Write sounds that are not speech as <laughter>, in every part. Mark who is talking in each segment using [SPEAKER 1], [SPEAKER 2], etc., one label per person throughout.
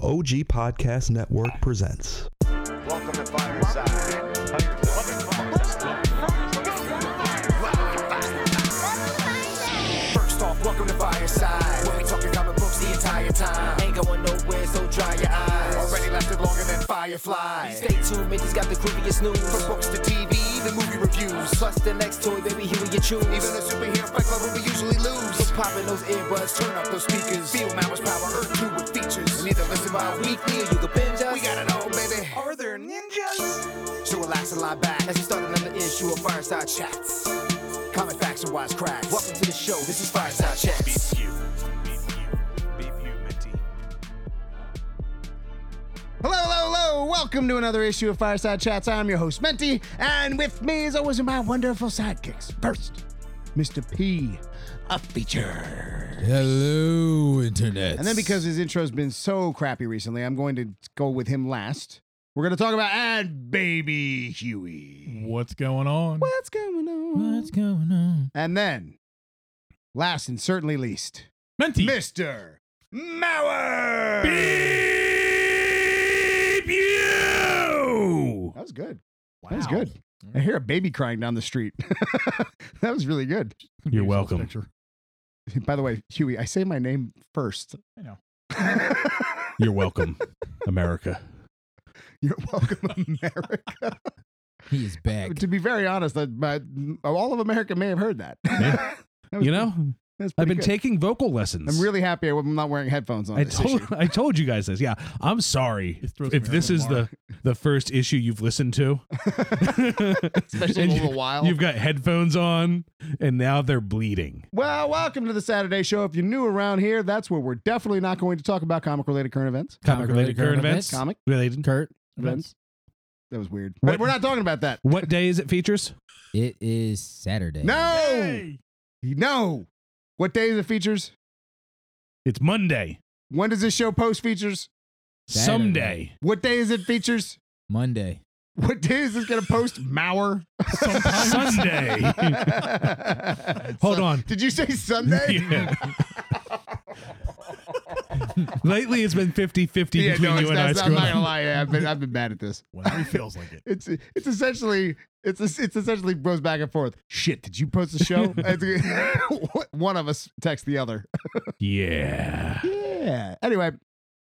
[SPEAKER 1] OG Podcast Network presents.
[SPEAKER 2] Welcome to Fireside. First off, welcome to Fireside. When we talking comic books the entire time, ain't going nowhere, so dry your eyes. Already lasted longer than Fireflies.
[SPEAKER 3] Stay tuned, Mitch's got the creepiest
[SPEAKER 2] From
[SPEAKER 3] news.
[SPEAKER 2] books to TV, the movie reviews.
[SPEAKER 3] Plus the next toy, baby, here we you
[SPEAKER 2] Even
[SPEAKER 3] choose.
[SPEAKER 2] the superhero fight club where we usually lose.
[SPEAKER 3] So popping those earbuds,
[SPEAKER 2] Turn up those speakers. Feel Mama's power, Earth 2 with features. And either listen by
[SPEAKER 3] weekly,
[SPEAKER 2] weekly
[SPEAKER 3] or you can binge us.
[SPEAKER 2] We got it all, baby.
[SPEAKER 3] Are there ninjas?
[SPEAKER 2] So relax and lie back
[SPEAKER 3] As we start another issue of Fireside Chat.
[SPEAKER 2] chats. Comic facts and wise cracks.
[SPEAKER 3] Welcome to the show. This is Fireside
[SPEAKER 4] Beef
[SPEAKER 3] Chats.
[SPEAKER 4] you. Beef you. Beef you, Minty.
[SPEAKER 5] Hello, hello, hello. Welcome to another issue of Fireside Chats. I'm your host, Menti, and with me, as always, are my wonderful sidekicks. First, Mr. P, a feature.
[SPEAKER 6] Hello, internet.
[SPEAKER 5] And then because his intro's been so crappy recently, I'm going to go with him last. We're going to talk about Ad Baby Huey.
[SPEAKER 6] what's going on?
[SPEAKER 5] What's going on?
[SPEAKER 6] What's going on?
[SPEAKER 5] And then, last and certainly least,
[SPEAKER 6] Menti.
[SPEAKER 5] Mr. Mauer.
[SPEAKER 6] Beep you.
[SPEAKER 5] That was good. That was good. I
[SPEAKER 7] Mm.
[SPEAKER 5] hear a baby crying down the street. <laughs> that was really good. <laughs>
[SPEAKER 6] You're welcome.
[SPEAKER 5] By the way, Huey, I say my name first.
[SPEAKER 6] I know.
[SPEAKER 7] You're welcome, America.
[SPEAKER 5] <laughs> You're
[SPEAKER 7] <laughs>
[SPEAKER 5] welcome, America.
[SPEAKER 6] He is back.
[SPEAKER 5] to be very honest, that my, all of America may have heard <laughs> that.
[SPEAKER 7] Yeah.
[SPEAKER 5] That was
[SPEAKER 7] You know,
[SPEAKER 5] pretty- that's
[SPEAKER 7] I've
[SPEAKER 5] pretty
[SPEAKER 7] been
[SPEAKER 5] good.
[SPEAKER 7] taking vocal lessons.
[SPEAKER 5] I'm really happy I'm not wearing headphones on
[SPEAKER 7] I
[SPEAKER 5] this
[SPEAKER 7] told
[SPEAKER 5] issue.
[SPEAKER 7] I told you guys this. Yeah, I'm sorry
[SPEAKER 6] It throws
[SPEAKER 7] if
[SPEAKER 6] me off
[SPEAKER 7] this
[SPEAKER 6] the
[SPEAKER 7] is the
[SPEAKER 6] mark.
[SPEAKER 7] the first issue you've
[SPEAKER 5] <laughs>
[SPEAKER 7] listened to.
[SPEAKER 5] Especially in a
[SPEAKER 7] And you-
[SPEAKER 5] little while.
[SPEAKER 7] You've got headphones on, and now they're bleeding.
[SPEAKER 5] Well, welcome to the Saturday show. If you're new around here, that's where we're definitely not going to talk about comic related current events.
[SPEAKER 7] Comic related current events.
[SPEAKER 5] Comic
[SPEAKER 7] Related.
[SPEAKER 6] Kurt.
[SPEAKER 5] events. That was weird.
[SPEAKER 7] What-
[SPEAKER 5] But we're not talking about that.
[SPEAKER 7] What day is it features?
[SPEAKER 8] It is Saturday.
[SPEAKER 5] No. No. What day is it features?
[SPEAKER 7] It's Monday.
[SPEAKER 5] When does this show post features?
[SPEAKER 8] Saturday.
[SPEAKER 7] Someday.
[SPEAKER 5] What day is it features?
[SPEAKER 8] Monday.
[SPEAKER 5] What day is this going to post? <laughs> Mauer.
[SPEAKER 7] Sunday. <laughs>
[SPEAKER 5] <laughs>
[SPEAKER 7] Hold
[SPEAKER 5] Sun-
[SPEAKER 7] on.
[SPEAKER 5] Did you say Sunday?
[SPEAKER 7] <laughs> Yeah. Lately, it's been 50 50
[SPEAKER 5] Yeah,
[SPEAKER 7] between
[SPEAKER 5] no, it's
[SPEAKER 7] you and I.
[SPEAKER 5] not, I'm
[SPEAKER 7] screwing
[SPEAKER 5] not gonna
[SPEAKER 7] up.
[SPEAKER 5] lie. Yeah, I've been I've been bad at this.
[SPEAKER 6] Whenever he feels like it.
[SPEAKER 5] It's it's essentially it's it's essentially goes back and forth. Shit, did you post the
[SPEAKER 7] <laughs>
[SPEAKER 5] show? It's- <laughs> One of us texts the other.
[SPEAKER 7] <laughs> Yeah.
[SPEAKER 5] Yeah. Anyway,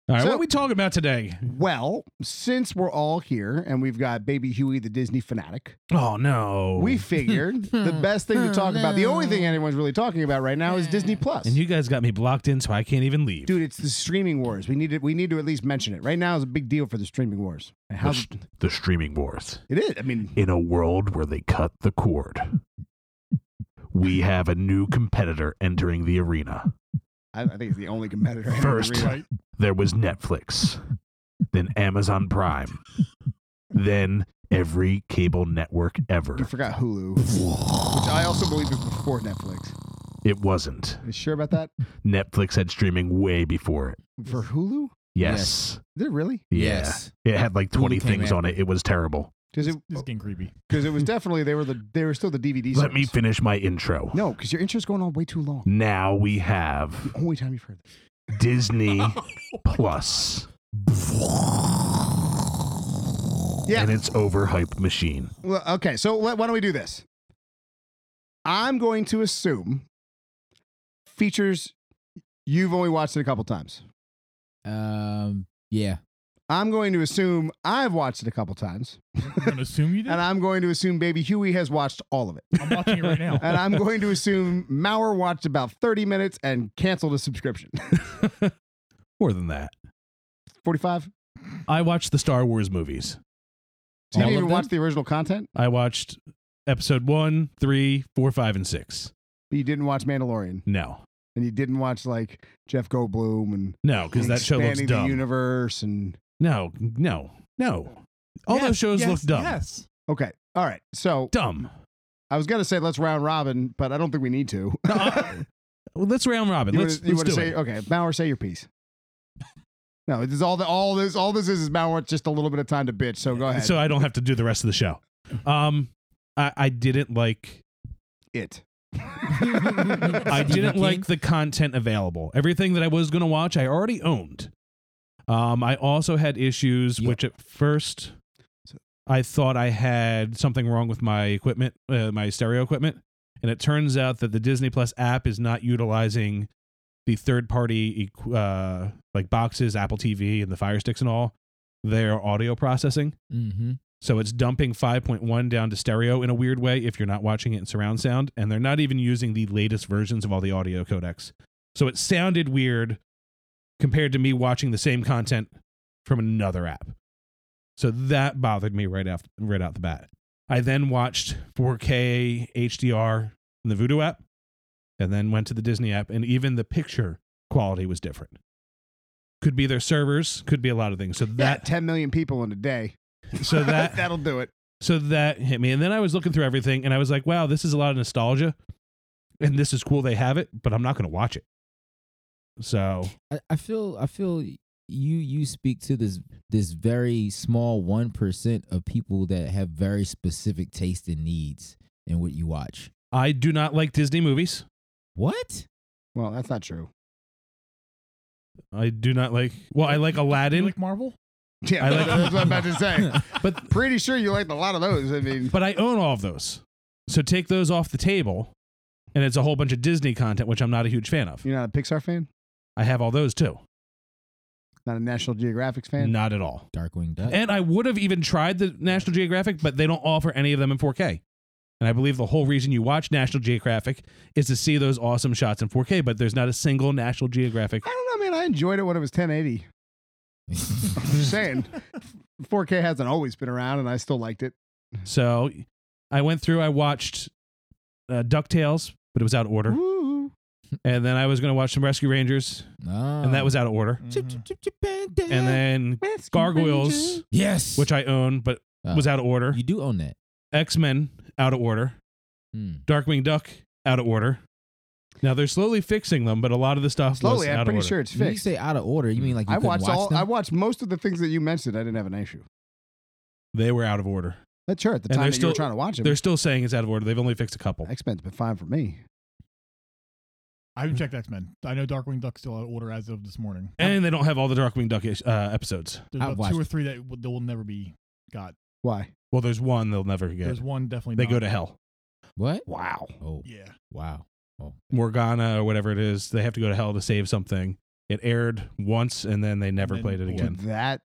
[SPEAKER 7] All right.
[SPEAKER 5] So-
[SPEAKER 7] what are we talking about today?
[SPEAKER 5] well, since we're all here and we've got Baby Huey, the Disney fanatic,
[SPEAKER 7] Oh, no.
[SPEAKER 5] we figured the best thing to talk about, the only thing anyone's really talking about right now, is Disney Plus.
[SPEAKER 7] And you guys got me blocked in, so I can't even leave.
[SPEAKER 5] Dude, it's the streaming wars. We need to we need to at least mention it. Right now is a big deal for the streaming wars. And
[SPEAKER 4] The,
[SPEAKER 5] How
[SPEAKER 4] sh- the streaming wars.
[SPEAKER 5] it is. I mean,
[SPEAKER 4] In a world where they cut the cord, we have a new competitor entering the arena.
[SPEAKER 5] I, I think it's the only competitor. I have in the
[SPEAKER 4] First.
[SPEAKER 5] arena.
[SPEAKER 4] There was Netflix, then Amazon Prime, then every cable network ever.
[SPEAKER 5] You forgot Hulu, which I also believe is before Netflix.
[SPEAKER 4] It wasn't.
[SPEAKER 5] You sure about that?
[SPEAKER 4] Netflix had streaming way before it.
[SPEAKER 5] For Hulu?
[SPEAKER 4] Yes.
[SPEAKER 5] Did it really?
[SPEAKER 4] Yeah.
[SPEAKER 8] Yes.
[SPEAKER 4] It had like 20
[SPEAKER 8] came
[SPEAKER 4] things on it. It was terrible.
[SPEAKER 5] Because it
[SPEAKER 6] This is getting creepy.
[SPEAKER 5] because it was definitely they were the they were still the DVD.
[SPEAKER 4] Let me
[SPEAKER 5] service.
[SPEAKER 4] finish my intro.
[SPEAKER 5] no, because your intro's going on way too long.
[SPEAKER 4] Now we have
[SPEAKER 5] Only time you've heard this. <laughs>
[SPEAKER 4] Disney Plus
[SPEAKER 5] Yeah.
[SPEAKER 4] and its overhyped machine.
[SPEAKER 5] Well, okay. So wh- why don't we do this? I'm going to assume features you've only watched it a couple times.
[SPEAKER 8] Um. Yeah.
[SPEAKER 5] I'm going to assume I've watched it a couple times,
[SPEAKER 6] I'm gonna assume you did.
[SPEAKER 5] and I'm going to assume Baby Huey has watched all of it,
[SPEAKER 6] I'm watching it right now.
[SPEAKER 5] <laughs> and I'm
[SPEAKER 4] <laughs>
[SPEAKER 5] going to assume Maurer watched about 30 minutes and canceled his subscription. <laughs>
[SPEAKER 7] More than that.
[SPEAKER 5] 45.
[SPEAKER 7] I watched the Star Wars movies.
[SPEAKER 5] So you
[SPEAKER 8] All
[SPEAKER 5] haven't
[SPEAKER 8] of
[SPEAKER 5] even
[SPEAKER 8] them?
[SPEAKER 5] watched the original content,
[SPEAKER 7] I watched episode one, three, four, five, and six.
[SPEAKER 5] but you didn't watch Mandalorian,
[SPEAKER 7] No.
[SPEAKER 5] and you didn't watch like Jeff Goldblum and
[SPEAKER 7] No, because that show looks
[SPEAKER 5] expanding the
[SPEAKER 7] dumb.
[SPEAKER 5] universe and
[SPEAKER 7] no, no, no. All those shows look dumb.
[SPEAKER 6] Yes.
[SPEAKER 5] okay. All right, so
[SPEAKER 7] Dumb.
[SPEAKER 5] I was gonna say let's round robin, but I don't think we need to. <laughs>
[SPEAKER 7] No, I- well, let's round robin.
[SPEAKER 5] you
[SPEAKER 7] let's
[SPEAKER 5] wanna, you
[SPEAKER 7] let's
[SPEAKER 5] wanna
[SPEAKER 7] do
[SPEAKER 5] say oh,
[SPEAKER 7] it.
[SPEAKER 5] okay, Maurer, say your piece. No, this is all the all this all this is is Maurer wants just a little bit of time to bitch. So go ahead.
[SPEAKER 7] So I don't have to do the rest of the show. Um, I, I didn't like
[SPEAKER 5] it.
[SPEAKER 7] I
[SPEAKER 8] Stephen
[SPEAKER 7] didn't <laughs>
[SPEAKER 8] King?
[SPEAKER 7] like the content available. Everything that I was going to watch, I already owned. Um, I also had issues,
[SPEAKER 8] Yep.
[SPEAKER 7] which at first I thought I had something wrong with my equipment, uh, my stereo equipment, and it turns out that the Disney Plus app is not utilizing the third-party equ- uh, like boxes, Apple TV, and the Fire Sticks and all their audio processing.
[SPEAKER 8] Mm-hmm.
[SPEAKER 7] So it's dumping 5.1 down to stereo in a weird way if you're not watching it in surround sound, and they're not even using the latest versions of all the audio codecs. So it sounded weird compared to me watching the same content from another app. So that bothered me right after, right out the bat. I then watched 4K HDR in the Voodoo app, and then went to the Disney app, and even the picture quality was different. Could be their servers, could be a lot of things. So
[SPEAKER 5] That
[SPEAKER 7] that,
[SPEAKER 5] 10 million people in a day.
[SPEAKER 7] so
[SPEAKER 5] <laughs>
[SPEAKER 7] that
[SPEAKER 5] That'll do it.
[SPEAKER 7] so that hit me. And then I was looking through everything and I was like, wow, this is a lot of nostalgia. And this is cool they have it, but I'm not going to watch it. So,
[SPEAKER 8] I, I feel I feel you you speak to this this very small one percent of people that have very specific taste and needs in what you watch.
[SPEAKER 7] I do not like Disney movies.
[SPEAKER 8] What?
[SPEAKER 5] Well, that's not true. <laughs>
[SPEAKER 7] I do not like Well, I like
[SPEAKER 6] Do you
[SPEAKER 8] <laughs>
[SPEAKER 7] Aladdin,
[SPEAKER 6] like Marvel?
[SPEAKER 5] Yeah,
[SPEAKER 7] I like-
[SPEAKER 5] that's what I'm about to
[SPEAKER 7] <laughs>
[SPEAKER 5] say.
[SPEAKER 7] but
[SPEAKER 5] Pretty sure you liked a lot of those. I mean,
[SPEAKER 7] but I own all of those. So take those off the table and it's a whole bunch of Disney content which I'm not a huge fan of.
[SPEAKER 5] you're not a Pixar fan?
[SPEAKER 7] I have all those too.
[SPEAKER 5] Not a National Geographic fan?
[SPEAKER 7] Not at all.
[SPEAKER 8] Darkwing Duck.
[SPEAKER 7] And I would have even tried the National Geographic, but they don't offer any of them in 4K. And I believe the whole reason you watch National Geographic is to see those awesome shots in 4K, but there's not a single National Geographic.
[SPEAKER 5] I don't know, man. I enjoyed it when it was
[SPEAKER 7] <laughs>
[SPEAKER 5] 1080.
[SPEAKER 8] <laughs>
[SPEAKER 5] <laughs> I'm just saying. 4K hasn't always been around, and I still liked it.
[SPEAKER 7] So I went through, I watched uh, DuckTales, but it was out of
[SPEAKER 5] Mm-hmm.
[SPEAKER 7] order.
[SPEAKER 5] Woo.
[SPEAKER 7] And then I was going to watch some Rescue Rangers, and
[SPEAKER 5] Oh.
[SPEAKER 7] that was out of order. And then Gargoyles,
[SPEAKER 8] yes, Uh,
[SPEAKER 7] which I own, but
[SPEAKER 5] Oh.
[SPEAKER 7] was out of order.
[SPEAKER 8] You do own that.
[SPEAKER 7] X Men, out of order.
[SPEAKER 8] Hmm.
[SPEAKER 7] Darkwing Duck, out of order. Now they're slowly fixing them, but a lot of the stuff was
[SPEAKER 5] Slowly,
[SPEAKER 7] out
[SPEAKER 5] I'm
[SPEAKER 7] of
[SPEAKER 5] pretty
[SPEAKER 7] order.
[SPEAKER 5] sure it's
[SPEAKER 8] When you
[SPEAKER 5] fixed.
[SPEAKER 8] say out of order, you mean like you
[SPEAKER 5] I
[SPEAKER 8] couldn't
[SPEAKER 5] watched
[SPEAKER 8] watch
[SPEAKER 5] all.
[SPEAKER 8] them?
[SPEAKER 5] I watched most of the things that you mentioned. I didn't have an issue.
[SPEAKER 7] They were out of order.
[SPEAKER 5] That's sure at the
[SPEAKER 7] And
[SPEAKER 5] time
[SPEAKER 7] they're
[SPEAKER 5] that you were
[SPEAKER 7] still-
[SPEAKER 5] trying to watch
[SPEAKER 7] They're
[SPEAKER 5] it.
[SPEAKER 7] still saying it's out of order. They've only fixed a couple.
[SPEAKER 5] X Men's been fine for me.
[SPEAKER 6] I haven't checked X Men. I know Darkwing Duck's still out of order as of this morning.
[SPEAKER 7] And they don't have all the Darkwing Duck ish- uh, episodes.
[SPEAKER 6] There's
[SPEAKER 8] I've
[SPEAKER 6] about
[SPEAKER 8] watched
[SPEAKER 6] two or
[SPEAKER 8] it.
[SPEAKER 6] three that will, that will never be got.
[SPEAKER 5] Why?
[SPEAKER 7] Well, there's one they'll never get.
[SPEAKER 6] There's one definitely.
[SPEAKER 7] They
[SPEAKER 6] not.
[SPEAKER 7] go to hell.
[SPEAKER 8] what?
[SPEAKER 5] Wow.
[SPEAKER 8] Oh,
[SPEAKER 6] Yeah.
[SPEAKER 8] wow.
[SPEAKER 7] Morgana or whatever it is, they have to go to hell to save something. It aired once and then they never
[SPEAKER 6] then
[SPEAKER 7] played it
[SPEAKER 6] bored.
[SPEAKER 7] again.
[SPEAKER 5] That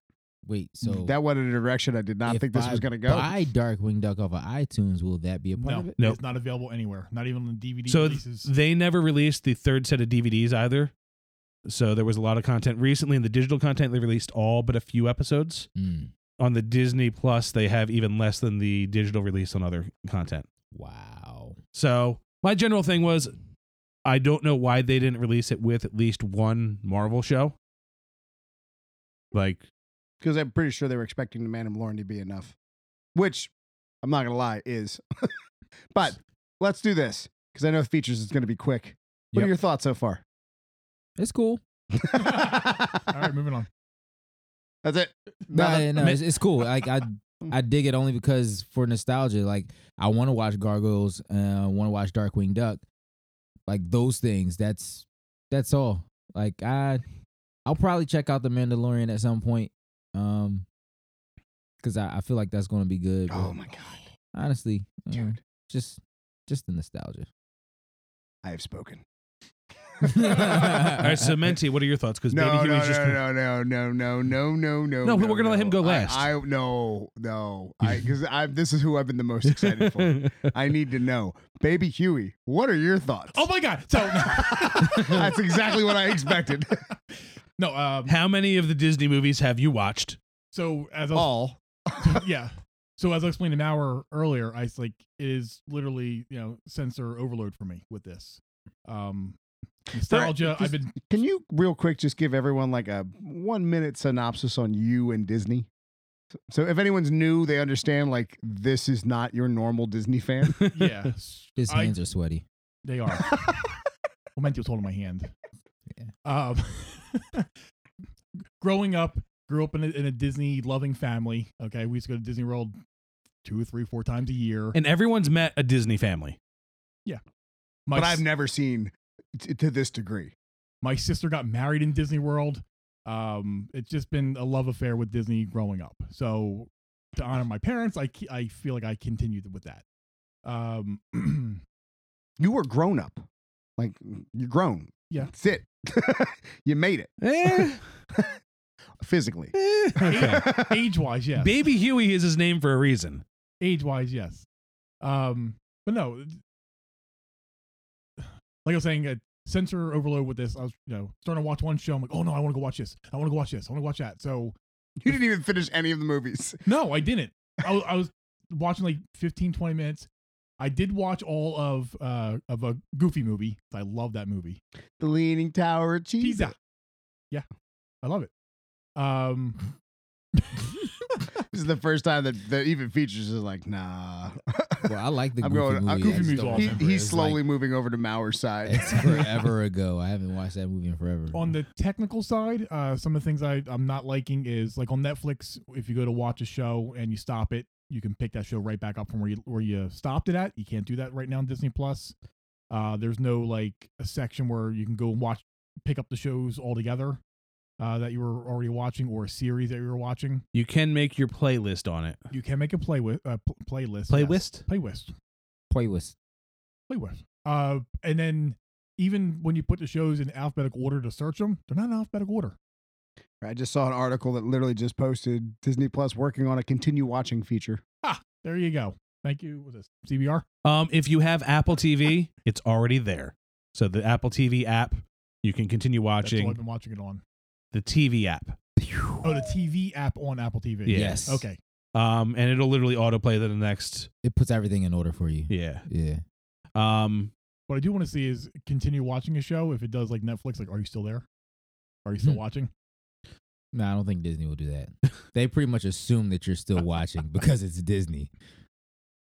[SPEAKER 8] Wait, so
[SPEAKER 5] that went in a direction I did not
[SPEAKER 8] if
[SPEAKER 5] think this
[SPEAKER 8] I
[SPEAKER 5] was going to go.
[SPEAKER 8] Buy Darkwing Duck off of iTunes. Will that be a part
[SPEAKER 6] No,
[SPEAKER 8] of it?
[SPEAKER 7] Nope.
[SPEAKER 6] it's not available anywhere. Not even on DVD
[SPEAKER 7] So th-
[SPEAKER 6] releases.
[SPEAKER 7] they never released the third set of DVDs either. So there was a lot of content recently in the digital content. They released all but a few episodes.
[SPEAKER 8] Mm.
[SPEAKER 7] On the Disney Plus, they have even less than the digital release on other content.
[SPEAKER 8] Wow.
[SPEAKER 7] So my general thing was, I don't know why they didn't release it with at least one Marvel show. Like,
[SPEAKER 6] <laughs>
[SPEAKER 5] because I'm pretty sure they were expecting the Mandalorian to be enough, which I'm not gonna lie is. <laughs> but let's do this because I know features is gonna be quick. What
[SPEAKER 8] Yep.
[SPEAKER 5] are your thoughts so far?
[SPEAKER 8] It's cool.
[SPEAKER 6] All right, moving on.
[SPEAKER 5] That's it.
[SPEAKER 8] No,
[SPEAKER 5] Nothing.
[SPEAKER 8] yeah, no, it's, it's cool.
[SPEAKER 5] <laughs>
[SPEAKER 8] Like I, I dig it only because for nostalgia. Like I want to watch Gargoyles. Uh, I want to watch Darkwing Duck. Like those things. That's that's all. Like I, I'll probably check out the Mandalorian at some point. Um, because I, I feel like that's gonna be good. but
[SPEAKER 5] Oh my god,
[SPEAKER 8] Honestly, uh,
[SPEAKER 5] dude,
[SPEAKER 8] just just
[SPEAKER 5] <laughs>
[SPEAKER 8] the nostalgia.
[SPEAKER 5] I have spoken.
[SPEAKER 7] all right, Cementi, what are your thoughts? Because
[SPEAKER 5] No,
[SPEAKER 7] Baby
[SPEAKER 5] no,
[SPEAKER 7] Huey
[SPEAKER 5] no,
[SPEAKER 7] is just.
[SPEAKER 5] no, no, no, no, no, no, no.
[SPEAKER 7] No, but we're gonna let him go
[SPEAKER 5] I-
[SPEAKER 7] last.
[SPEAKER 5] I, no, no,
[SPEAKER 7] <laughs>
[SPEAKER 5] because I, this is who I've been the most excited for. I need to know, Baby Huey. What are your thoughts? <laughs>
[SPEAKER 6] Oh my God! So
[SPEAKER 5] That's <laughs> exactly what I
[SPEAKER 7] <laughs>
[SPEAKER 5] expected.
[SPEAKER 6] <laughs> no, um,
[SPEAKER 7] How many of the Disney movies have you watched?
[SPEAKER 6] so as I was,
[SPEAKER 5] All
[SPEAKER 6] <laughs> yeah, so as I explained an hour earlier, I s- like it is literally you know sensor overload for me with this. Um, nostalgia. I've been
[SPEAKER 5] Can you real quick just give everyone like a one minute synopsis on you and Disney? So if anyone's new, they understand like this is not your normal Disney
[SPEAKER 7] <laughs>
[SPEAKER 5] fan.
[SPEAKER 6] yeah. s-
[SPEAKER 8] <laughs> His
[SPEAKER 6] I-
[SPEAKER 8] hands are sweaty.
[SPEAKER 6] They are. well, Menti was holding my hand.
[SPEAKER 8] Yeah.
[SPEAKER 6] Um, <laughs> growing up, grew up in a, in a Disney loving family. Okay, we used to go to Disney World two or three, four times a year.
[SPEAKER 7] And everyone's met a Disney family.
[SPEAKER 6] My
[SPEAKER 5] but I've
[SPEAKER 6] s-
[SPEAKER 5] never seen t- to this degree.
[SPEAKER 6] my sister got married in Disney World. Um, it's just been a love affair with Disney growing up. So to honor my parents, I ke- I feel like I continued with that. Um, <clears throat>
[SPEAKER 5] You were grown up. Like you're grown.
[SPEAKER 6] Yeah.
[SPEAKER 5] That's it. <laughs> you made it
[SPEAKER 7] Eh,
[SPEAKER 5] <laughs> physically. <laughs>
[SPEAKER 7] eh. Okay.
[SPEAKER 6] age wise, yes.
[SPEAKER 7] Baby Huey is his name for a reason.
[SPEAKER 6] age wise, yes. Um, but no, it- like I was saying, uh, sensor overload with this. I was, you know, starting to watch one show. I'm like, oh no, I want to go watch this. I want to go watch this. I want to watch that. So
[SPEAKER 5] you didn't even finish any of the movies.
[SPEAKER 6] no, I didn't. I, was- I was watching like 15, 20 minutes. I did watch all of uh of a Goofy movie. I love that movie.
[SPEAKER 5] The Leaning Tower of Cheese.
[SPEAKER 6] Pizza. Yeah, I love it. Um, <laughs>
[SPEAKER 5] This is the first time that, that even features is like, nah.
[SPEAKER 8] <laughs> Well, I like the
[SPEAKER 5] <laughs> I'm
[SPEAKER 8] Goofy
[SPEAKER 5] going.
[SPEAKER 8] movie.
[SPEAKER 5] I'm,
[SPEAKER 8] I
[SPEAKER 6] Goofy
[SPEAKER 8] just
[SPEAKER 6] movie's
[SPEAKER 8] don't
[SPEAKER 6] awesome.
[SPEAKER 5] he,
[SPEAKER 8] remember.
[SPEAKER 5] he's
[SPEAKER 8] It's
[SPEAKER 5] slowly <laughs>
[SPEAKER 8] like-
[SPEAKER 5] moving over to Mauer's side.
[SPEAKER 8] <laughs> it's forever ago. I haven't watched that movie in forever.
[SPEAKER 6] on the technical side, uh, some of the things I, I'm not liking is like on Netflix, if you go to watch a show and you stop it, you can pick that show right back up from where you where you stopped it at. You can't do that right now on Disney Plus. Uh, there's no like a section where you can go and watch pick up the shows altogether uh, that you were already watching or a series that you were watching.
[SPEAKER 7] You can make your playlist on it.
[SPEAKER 6] You can make a play with uh, pl- playlist. Yes.
[SPEAKER 7] Playlist?
[SPEAKER 6] Playlist.
[SPEAKER 8] playlist.
[SPEAKER 6] Playlist. Uh, and then even when you put the shows in alphabetical order to search them, they're not in alphabetical order.
[SPEAKER 5] <laughs> I just saw an article that literally just posted Disney Plus working on a continue watching feature.
[SPEAKER 6] There you go. Thank you. What's this? CBR?
[SPEAKER 7] Um, if you have Apple TV, it's already there. So the Apple TV app, you can continue
[SPEAKER 6] That's all I've
[SPEAKER 7] watching
[SPEAKER 6] been watching it on.
[SPEAKER 7] the TV app.
[SPEAKER 6] Oh, the TV app on Apple TV.
[SPEAKER 7] Yeah.
[SPEAKER 8] Yes.
[SPEAKER 6] Okay.
[SPEAKER 7] Um, and it'll literally autoplay to the next.
[SPEAKER 8] It puts everything in order for you.
[SPEAKER 7] Yeah.
[SPEAKER 8] Yeah.
[SPEAKER 7] Um,
[SPEAKER 6] What I do want to see is continue watching a show. If it does like Netflix, like, are you still there? Are you still
[SPEAKER 8] Hmm.
[SPEAKER 6] watching?
[SPEAKER 8] No, I don't think Disney will do that. they pretty much assume that you're still watching because it's Disney.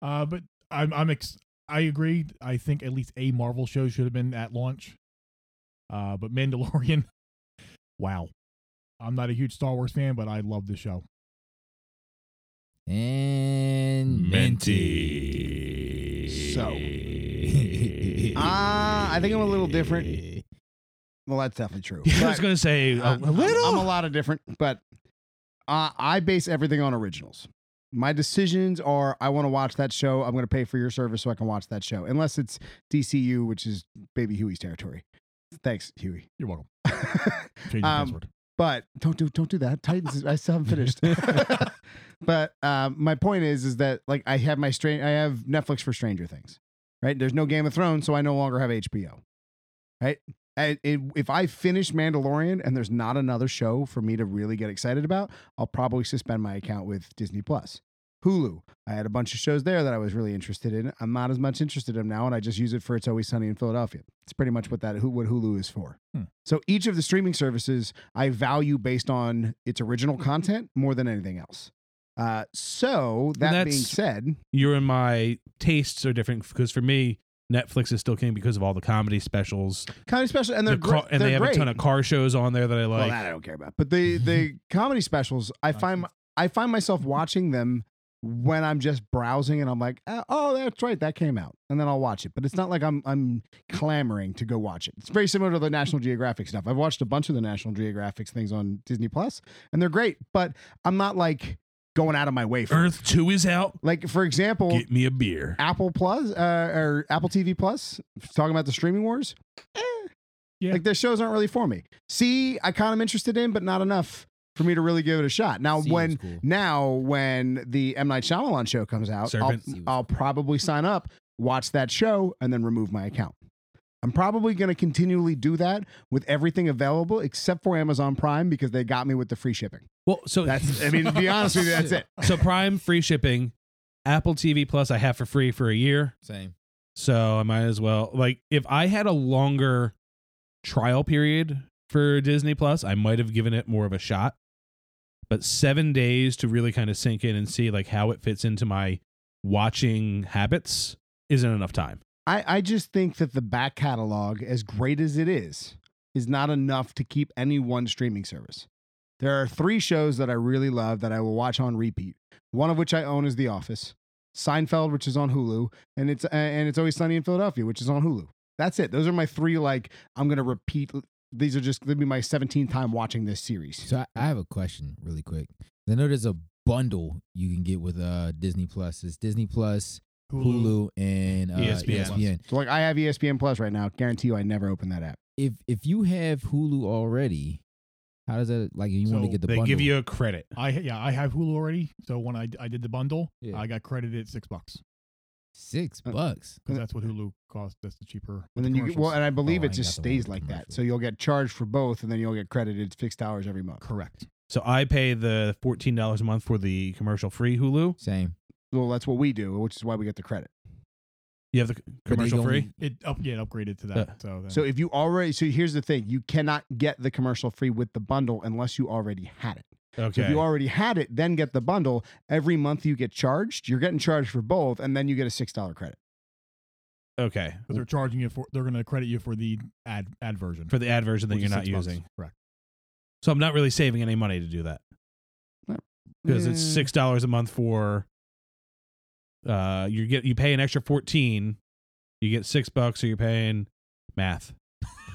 [SPEAKER 6] Uh, but I'm, I'm, ex- I agree. I think at least a Marvel show should have been at launch. Uh, but Mandalorian, <laughs> wow. I'm not a huge Star Wars fan, but I love this show.
[SPEAKER 8] And Menti.
[SPEAKER 5] So, Ah, I think I'm a little
[SPEAKER 7] <laughs>
[SPEAKER 5] different. Well, that's definitely true.
[SPEAKER 7] I was
[SPEAKER 5] But-
[SPEAKER 7] going to say a,
[SPEAKER 5] Uh,
[SPEAKER 7] a little.
[SPEAKER 5] I'm, I'm a lot of different, but uh, I base everything on originals. My decisions are: I want to watch that show. I'm going to pay for your service so I can watch that show, unless it's DCU, which is Baby Huey's territory. Thanks, Huey. <laughs>
[SPEAKER 6] You're welcome. Change your
[SPEAKER 5] Um,
[SPEAKER 6] password.
[SPEAKER 5] but don't do don't do that. Titans. is- I still haven't
[SPEAKER 6] <laughs>
[SPEAKER 5] finished. <laughs> but um, my point is, is that like I have my strain. I have Netflix for Stranger Things, right? There's no Game of Thrones, so I no longer have HBO, right? I, it, if I finish Mandalorian and there's not another show for me to really get excited about, I'll probably suspend my account with Disney Plus. Hulu. I had a bunch of shows there that I was really interested in. I'm not as much interested in now, and I just use it for It's Always Sunny in Philadelphia. It's pretty much what that who- what Hulu is for.
[SPEAKER 6] Hmm.
[SPEAKER 5] So each of the streaming services I value based on its original content more than anything else. Uh, so that being
[SPEAKER 7] That's-
[SPEAKER 5] said,
[SPEAKER 7] you and my tastes are different because for me, Netflix is still king because of all the comedy specials.
[SPEAKER 5] comedy special and they're
[SPEAKER 7] The car-
[SPEAKER 5] gre-
[SPEAKER 7] and
[SPEAKER 5] they're
[SPEAKER 7] they have
[SPEAKER 5] great.
[SPEAKER 7] a ton of car shows on there that I
[SPEAKER 5] well,
[SPEAKER 7] like.
[SPEAKER 5] that I don't care about. But
[SPEAKER 7] <laughs>
[SPEAKER 5] the the comedy specials, I find I find myself
[SPEAKER 7] Mm-hmm.
[SPEAKER 5] watching them when I'm just browsing and I'm like, "Ah, oh, that's right, that came out, and then I'll watch it. But it's not like I'm I'm clamoring to go watch it. It's very similar to the National Geographic stuff. I've watched a bunch of the National Geographic things on Disney Plus, and they're great. But I'm not like going out of my way for it.
[SPEAKER 7] Earth 2 is out.
[SPEAKER 5] Like for example,
[SPEAKER 7] Get me a beer.
[SPEAKER 5] Apple Plus uh, or Apple TV Plus, talking about the streaming wars. eh.
[SPEAKER 6] Yeah.
[SPEAKER 5] Like their shows aren't really for me. See, I kind of interested in, but not enough for me to really give it a shot. Now
[SPEAKER 8] See,
[SPEAKER 5] when
[SPEAKER 8] it's cool.
[SPEAKER 5] now when the M Night Shyamalan show comes out, I'll,
[SPEAKER 7] Servant.
[SPEAKER 5] I'll probably sign up, watch that show, and then remove my account. I'm probably going to continually do that with everything available except for Amazon Prime because they got me with the free shipping.
[SPEAKER 7] Well, so
[SPEAKER 5] That's I mean, to be honest with you, that's it.
[SPEAKER 7] <laughs> so Prime free shipping, Apple TV Plus I have for free for a year,
[SPEAKER 8] Same.
[SPEAKER 7] so I might as well. Like if I had a longer trial period for Disney Plus, I might have given it more of a shot. But 7 days to really kind of sink in and see like how it fits into my watching habits isn't enough time.
[SPEAKER 5] I, I just think that the back catalog, as great as it is, is not enough to keep any one streaming service. There are three shows that I really love that I will watch on repeat. One of which I own is The Office, Seinfeld, which is on Hulu, and it's and it's Always Sunny in Philadelphia, which is on Hulu. That's it. Those are my three like I'm gonna repeat these are just gonna be my 17th time watching this series.
[SPEAKER 8] So I, I have a question really quick. I know there's a bundle you can get with uh Disney Plus. It's Disney Plus, Hulu, and uh,
[SPEAKER 7] ESPN.
[SPEAKER 8] ESPN.
[SPEAKER 5] So like I have E ESPN Plus right now. Guarantee you, I never open that app.
[SPEAKER 8] If if you have Hulu already, how does that like? You want to
[SPEAKER 6] So
[SPEAKER 8] get the
[SPEAKER 7] they
[SPEAKER 8] bundle?
[SPEAKER 7] give you a credit.
[SPEAKER 6] I yeah, I have Hulu already. So when I, I did the bundle,
[SPEAKER 8] Yeah.
[SPEAKER 6] I got credited six bucks
[SPEAKER 8] six
[SPEAKER 5] Uh,
[SPEAKER 8] bucks.
[SPEAKER 6] because that's what Hulu costs. That's the cheaper.
[SPEAKER 5] And then you get, well,
[SPEAKER 6] commercials.
[SPEAKER 5] and I believe
[SPEAKER 8] Oh, I
[SPEAKER 5] it just
[SPEAKER 8] got the one with
[SPEAKER 5] stays like that.
[SPEAKER 8] commercials.
[SPEAKER 5] So you'll get charged for both, and then you'll get credited fixed hours every month.
[SPEAKER 6] correct.
[SPEAKER 7] So I pay the fourteen dollars a month for the commercial free Hulu.
[SPEAKER 8] Same. <laughs>
[SPEAKER 5] Well, that's what we do, which is why we get the credit.
[SPEAKER 7] You have the c-
[SPEAKER 8] But they
[SPEAKER 7] commercial
[SPEAKER 8] don't-
[SPEAKER 7] free.
[SPEAKER 6] It up yeah, it upgraded to that.
[SPEAKER 7] Yeah.
[SPEAKER 6] So then,
[SPEAKER 5] So if you already, so here's the thing: you cannot get the commercial free with the bundle unless you already had it. So
[SPEAKER 7] Okay.
[SPEAKER 5] if you already had it, then get the bundle. Every month you get charged. You're getting charged for both, and then you get a six dollar credit.
[SPEAKER 7] okay.
[SPEAKER 6] 'cause they're charging you for they're going to credit you for the ad ad version.
[SPEAKER 7] For the ad version that
[SPEAKER 6] which
[SPEAKER 7] you're
[SPEAKER 6] is
[SPEAKER 7] not
[SPEAKER 6] six bucks.
[SPEAKER 7] using.
[SPEAKER 6] Correct.
[SPEAKER 7] So I'm not really saving any money to do that because it's
[SPEAKER 5] Eh.
[SPEAKER 7] six dollars a month for. Uh, you get you pay an extra fourteen, you get six bucks, so you're paying math.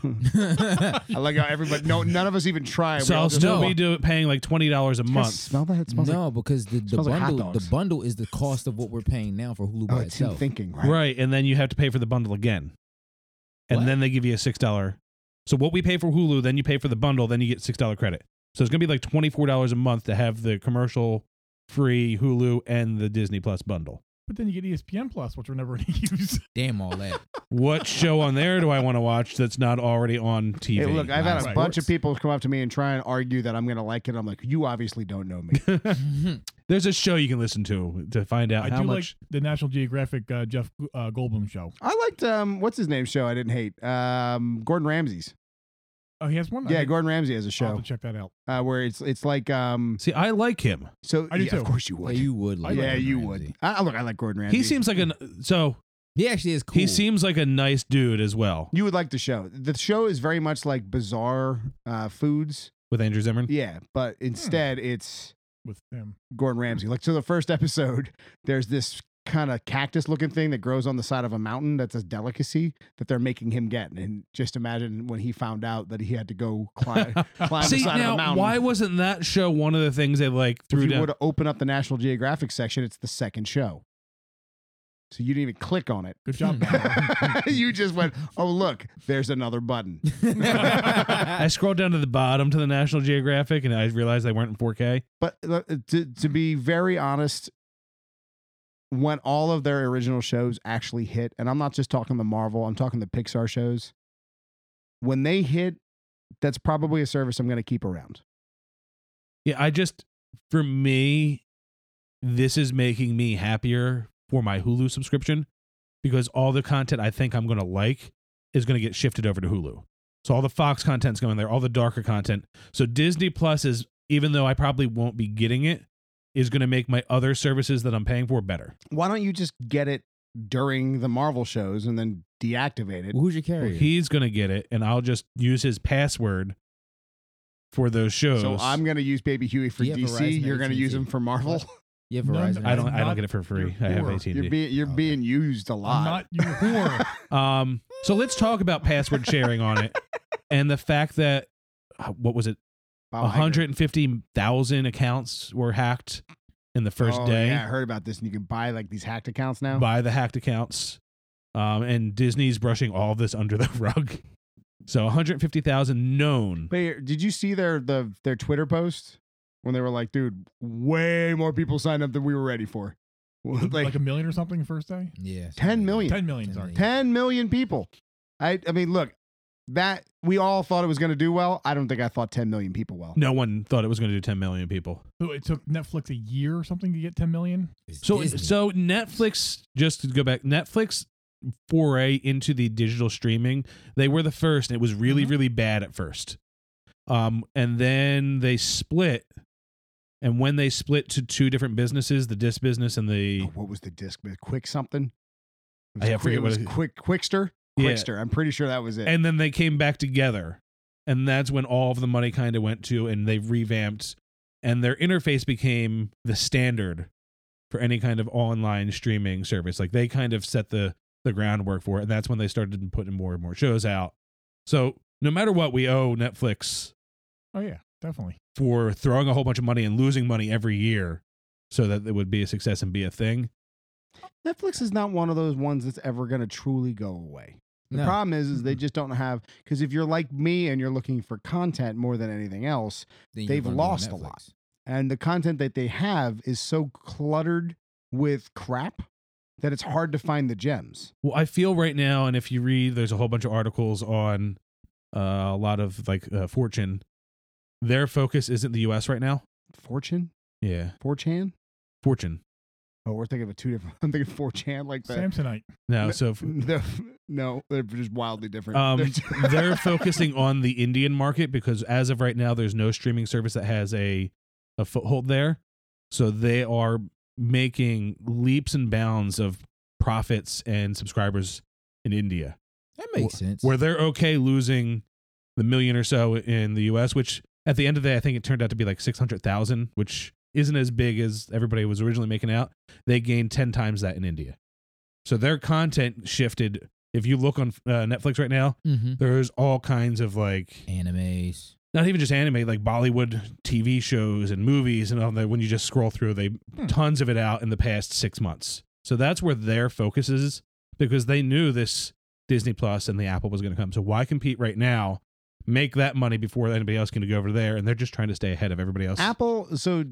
[SPEAKER 5] I like how everybody. No, none of us even try. We
[SPEAKER 7] so
[SPEAKER 5] all
[SPEAKER 7] I'll
[SPEAKER 5] just-
[SPEAKER 7] still be do, paying like twenty dollars a
[SPEAKER 5] You guys
[SPEAKER 7] month.
[SPEAKER 5] Smell that? It smells
[SPEAKER 8] no,
[SPEAKER 5] like.
[SPEAKER 8] because the, the
[SPEAKER 5] smells like hot
[SPEAKER 8] bundle the
[SPEAKER 5] dogs. <laughs>
[SPEAKER 8] bundle is the cost of what we're paying now for Hulu
[SPEAKER 5] Oh,
[SPEAKER 8] by
[SPEAKER 5] it's him <laughs>
[SPEAKER 8] itself.
[SPEAKER 5] thinking. Right.
[SPEAKER 7] Right, and then you have to pay for the bundle again, and
[SPEAKER 8] What?
[SPEAKER 7] then they give you a six dollar. So what we pay for Hulu, then you pay for the bundle, then you get six dollar credit. So it's gonna be like twenty four dollars a month to have the commercial free Hulu and the Disney Plus bundle.
[SPEAKER 6] But then you get E ESPN Plus, which we're never <laughs> going to use.
[SPEAKER 8] Damn all that.
[SPEAKER 7] What show on there do I want to watch that's not already on TV?
[SPEAKER 5] Hey, look, I've had a
[SPEAKER 6] Right.
[SPEAKER 5] bunch of people come up to me and try and argue that I'm going to like it. I'm like, you obviously don't know me.
[SPEAKER 7] There's a show you can listen to to find out
[SPEAKER 6] I
[SPEAKER 7] how
[SPEAKER 6] do
[SPEAKER 7] much.
[SPEAKER 6] like the National Geographic uh, Jeff uh, Goldblum show.
[SPEAKER 5] <laughs> I liked um, what's his name show. I didn't hate um, Gordon Ramsay's.
[SPEAKER 6] Oh, he has one. I
[SPEAKER 5] Yeah,
[SPEAKER 6] think-
[SPEAKER 5] Gordon Ramsay has a
[SPEAKER 6] I'll have
[SPEAKER 5] show
[SPEAKER 6] to check that out.
[SPEAKER 5] uh, where it's it's like um.
[SPEAKER 7] See, I like him.
[SPEAKER 5] So
[SPEAKER 6] I do
[SPEAKER 5] yeah, of
[SPEAKER 6] too.
[SPEAKER 5] course you
[SPEAKER 8] <laughs> yeah,
[SPEAKER 5] would.
[SPEAKER 8] you would. Like
[SPEAKER 5] yeah,
[SPEAKER 8] Gordon
[SPEAKER 5] you
[SPEAKER 8] Ramsay.
[SPEAKER 5] would. I, I look, I like Gordon Ramsay.
[SPEAKER 7] He seems like an so
[SPEAKER 8] He actually is cool.
[SPEAKER 7] he seems like a nice dude as well
[SPEAKER 5] You would like the show. The show is very much like bizarre uh, foods.
[SPEAKER 7] with Andrew Zimmern.
[SPEAKER 5] Yeah, but instead it's
[SPEAKER 6] With him,
[SPEAKER 5] Gordon Ramsay. Like so, the first episode, there's this kind of cactus-looking thing that grows on the side of a mountain. That's a delicacy that they're making him get. And just imagine when he found out that he had to go
[SPEAKER 7] <laughs>
[SPEAKER 5] climb, climb the
[SPEAKER 7] See
[SPEAKER 5] side of a
[SPEAKER 7] now,
[SPEAKER 5] mountain.
[SPEAKER 7] why wasn't that show one of the things they like
[SPEAKER 5] if
[SPEAKER 7] threw
[SPEAKER 5] you
[SPEAKER 7] down? <laughs>
[SPEAKER 5] were to open up the National Geographic section, it's the second show. So you didn't even click on
[SPEAKER 7] <laughs>
[SPEAKER 5] it. <laughs>
[SPEAKER 6] good job. Matt.
[SPEAKER 5] you just went, oh look, there's another button.
[SPEAKER 7] I scrolled down to the bottom to the National Geographic and I realized they weren't in 4K.
[SPEAKER 5] But uh, to, to be very honest, when all of their original shows actually hit, and I'm not just talking the Marvel, I'm talking the Pixar shows, when they hit, that's probably a service I'm going to keep around.
[SPEAKER 7] Yeah, I just for me, this is making me happier for my Hulu subscription because all the content I think I'm gonna like is gonna get shifted over to Hulu. So all the Fox content's going there, all the darker content. So Disney Plus is, even though I probably won't be getting it, is gonna make my other services that I'm paying for better.
[SPEAKER 5] Why don't you just get it during the Marvel shows and then deactivate it?
[SPEAKER 8] Well, who's your carrier?
[SPEAKER 7] He's gonna get it, and I'll just use his password for those shows.
[SPEAKER 5] So I'm going to use Baby Huey for
[SPEAKER 8] Do you have
[SPEAKER 5] DC.
[SPEAKER 8] Verizon
[SPEAKER 5] You're going to use him
[SPEAKER 8] AT&T?
[SPEAKER 5] for Marvel.
[SPEAKER 8] you have
[SPEAKER 6] No, no,
[SPEAKER 8] Verizon.
[SPEAKER 7] I don't. I don't
[SPEAKER 6] not
[SPEAKER 7] get it for free.
[SPEAKER 6] your
[SPEAKER 7] I have
[SPEAKER 6] whore.
[SPEAKER 7] AT&T.
[SPEAKER 5] <laughs> You're, being you're
[SPEAKER 8] Okay.
[SPEAKER 5] being used a
[SPEAKER 6] <laughs> I'm
[SPEAKER 5] lot.
[SPEAKER 6] not your whore.
[SPEAKER 7] Um, so let's talk about password sharing on
[SPEAKER 5] <laughs>
[SPEAKER 7] it and the fact that uh, what was it,
[SPEAKER 5] Wow, Oh, I heard-
[SPEAKER 7] 150,000 accounts were hacked in the first
[SPEAKER 5] Oh,
[SPEAKER 7] day
[SPEAKER 5] Yeah, I heard about this, and you can buy like these hacked accounts now.
[SPEAKER 7] by the hacked accounts. Um, and Disney's brushing all this under the <laughs> rug. So 150,000 known.
[SPEAKER 5] But here, did you see their the their Twitter post when they were like, "Dude, way more people signed up than we were ready for." <laughs>
[SPEAKER 6] like,
[SPEAKER 5] like
[SPEAKER 6] a million or something first day.
[SPEAKER 8] Yeah.
[SPEAKER 5] 10 million.
[SPEAKER 6] Ten million. Sorry.
[SPEAKER 5] 10 million people. I I mean, look, that we all thought it was going to do well. I don't think I thought 10 million people well.
[SPEAKER 7] No one thought it was going to do 10 million people.
[SPEAKER 6] So it took Netflix a year or something to get ten million.
[SPEAKER 8] It's
[SPEAKER 7] So
[SPEAKER 8] Disney.
[SPEAKER 7] so Netflix just to go back Netflix foray into the digital streaming they were the first and it was really really bad at first um and then they split and when they split to two different businesses the disc business and the
[SPEAKER 5] Oh, what was the disc? Quick something. It
[SPEAKER 7] I
[SPEAKER 5] was
[SPEAKER 7] forget
[SPEAKER 5] quick,
[SPEAKER 7] what
[SPEAKER 5] was
[SPEAKER 7] it-
[SPEAKER 5] quick Quickster.
[SPEAKER 7] Yeah.
[SPEAKER 5] Quickster. I'm pretty sure that was it.
[SPEAKER 7] and then they came back together and that's when all of the money kind of went to and they revamped and their interface became the standard for any kind of online streaming service like they kind of set the the groundwork for it and that's when they started putting more and more shows out so no matter what, we owe Netflix
[SPEAKER 6] Oh yeah, definitely.
[SPEAKER 7] for throwing a whole bunch of money and losing money every year so that it would be a success and be a thing.
[SPEAKER 5] Netflix is not one of those ones that's ever going to truly go away. The
[SPEAKER 8] No.
[SPEAKER 5] problem is, is they just don't have because if you're like me and you're looking for content more than anything else,
[SPEAKER 8] Then you're
[SPEAKER 5] they've
[SPEAKER 8] gonna go on
[SPEAKER 5] lost a lot.
[SPEAKER 8] Netflix.
[SPEAKER 5] and the content that they have is so cluttered with crap that it's hard to find the gems.
[SPEAKER 7] Well, I feel right now, and if you read, there's a whole bunch of articles on uh, a lot of like uh, Fortune. Their focus isn't the U.S. right now.
[SPEAKER 5] Fortune,
[SPEAKER 7] Yeah,
[SPEAKER 5] 4chan.
[SPEAKER 7] Fortune.
[SPEAKER 5] Oh, we're thinking of two different. <laughs> I'm thinking 4chan like that. <laughs>
[SPEAKER 6] Samsonite.
[SPEAKER 7] No,
[SPEAKER 5] No- <laughs>
[SPEAKER 7] so f-
[SPEAKER 5] No, no, they're just wildly different.
[SPEAKER 7] um,
[SPEAKER 5] They're-
[SPEAKER 7] <laughs> they're focusing on the Indian market because as of right now, there's no streaming service that has a a foothold there. So they are making leaps and bounds of profits and subscribers in India,
[SPEAKER 8] That makes sense.
[SPEAKER 7] where they're okay losing the million or so in the U.S., which at the end of the day, I think it turned out to be like six hundred thousand, which isn't as big as everybody was originally making out. They gained ten times that in India. So their content shifted. If you look on uh, Netflix right now,
[SPEAKER 8] hmm
[SPEAKER 7] there's all kinds of like
[SPEAKER 8] Animes.
[SPEAKER 7] not even just anime like bollywood tv shows and movies and all that when you just scroll through they
[SPEAKER 5] Hmm.
[SPEAKER 7] tons of it out in the past six months so that's where their focus is because they knew this disney plus and the apple was going to come so why compete right now make that money before anybody else can go over there and they're just trying to stay ahead of everybody else
[SPEAKER 5] Apple. So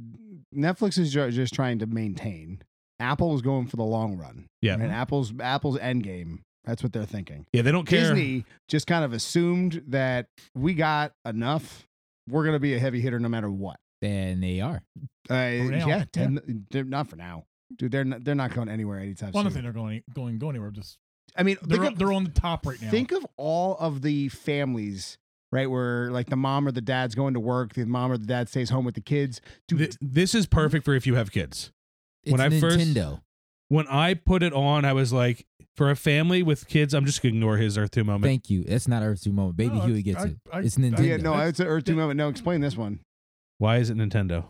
[SPEAKER 5] Netflix is ju- just trying to maintain. Apple is going for the long run.
[SPEAKER 7] Yeah.
[SPEAKER 5] And Apple's Apple's end game. That's what they're thinking.
[SPEAKER 7] yeah they don't care
[SPEAKER 5] Disney just kind of assumed that we got enough. We're gonna be a heavy hitter no matter what.
[SPEAKER 8] Then they are.
[SPEAKER 5] Uh,
[SPEAKER 6] now,
[SPEAKER 5] yeah, 10 they're not for now, dude. They're not, they're not going anywhere anytime
[SPEAKER 6] Well, I don't think
[SPEAKER 5] soon.
[SPEAKER 6] they're going going go anywhere. Just
[SPEAKER 5] I mean,
[SPEAKER 6] they're
[SPEAKER 5] think of-
[SPEAKER 6] they're on the top right now.
[SPEAKER 5] Think of all of the families, right? Where like the mom or the dad's going to work, the mom or the dad stays home with the kids. Dude,
[SPEAKER 7] Th- this is perfect for if you have kids
[SPEAKER 8] It's
[SPEAKER 7] When I first-
[SPEAKER 8] Nintendo.
[SPEAKER 7] when i put it on i was like for a family with kids i'm just going to ignore his earth 2 moment
[SPEAKER 8] Thank you. That's not Earth 2 moment. Baby
[SPEAKER 6] No,
[SPEAKER 8] Huey
[SPEAKER 6] it's-
[SPEAKER 8] gets
[SPEAKER 6] I-
[SPEAKER 8] it.
[SPEAKER 6] I-
[SPEAKER 8] it's
[SPEAKER 6] I-
[SPEAKER 8] Nintendo.
[SPEAKER 5] yeah, no, it's an Earth Two moment. No, explain this one.
[SPEAKER 7] why is it nintendo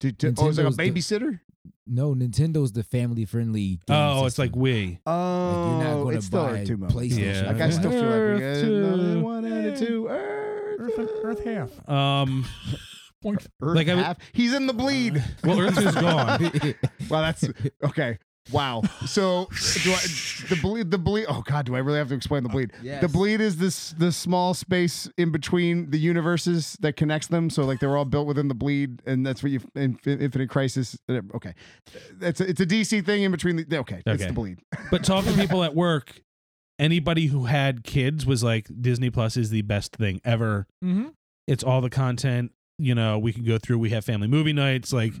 [SPEAKER 5] To, to, oh, it's like a
[SPEAKER 8] Nintendo's the-
[SPEAKER 5] babysitter.
[SPEAKER 8] No, Nintendo's the family friendly.
[SPEAKER 7] oh it's like we
[SPEAKER 5] Oh,
[SPEAKER 8] you're not gonna
[SPEAKER 5] it's still
[SPEAKER 8] buy
[SPEAKER 5] Earth Two moment.
[SPEAKER 8] PlayStation.
[SPEAKER 7] Yeah.
[SPEAKER 5] Like I
[SPEAKER 7] Okay.
[SPEAKER 5] still feel like we got
[SPEAKER 7] Earth two.
[SPEAKER 5] another one and a
[SPEAKER 6] Yeah.
[SPEAKER 5] two. Earth,
[SPEAKER 6] Earth, Earth half
[SPEAKER 7] um
[SPEAKER 6] point.
[SPEAKER 5] Earth
[SPEAKER 7] Like I would-
[SPEAKER 5] half. He's in the bleed.
[SPEAKER 7] well earth 2's gone
[SPEAKER 8] <laughs>
[SPEAKER 5] Well, that's okay. Wow. So do I the bleed the bleed oh god, do I really have to explain the bleed?
[SPEAKER 8] Yes.
[SPEAKER 5] The bleed is this the small space in between the universes that connects them. So like they're all built within the bleed, and that's what you in Infinite Crisis. uh, Okay, that's a, it's a DC thing in between the okay. It's
[SPEAKER 7] Okay.
[SPEAKER 5] the bleed.
[SPEAKER 7] <laughs> But talking to people at work, anybody who had kids was like, Disney Plus is the best thing ever.
[SPEAKER 6] Mm-hmm.
[SPEAKER 7] It's all the content, you know, we can go through. We have family movie nights. Like,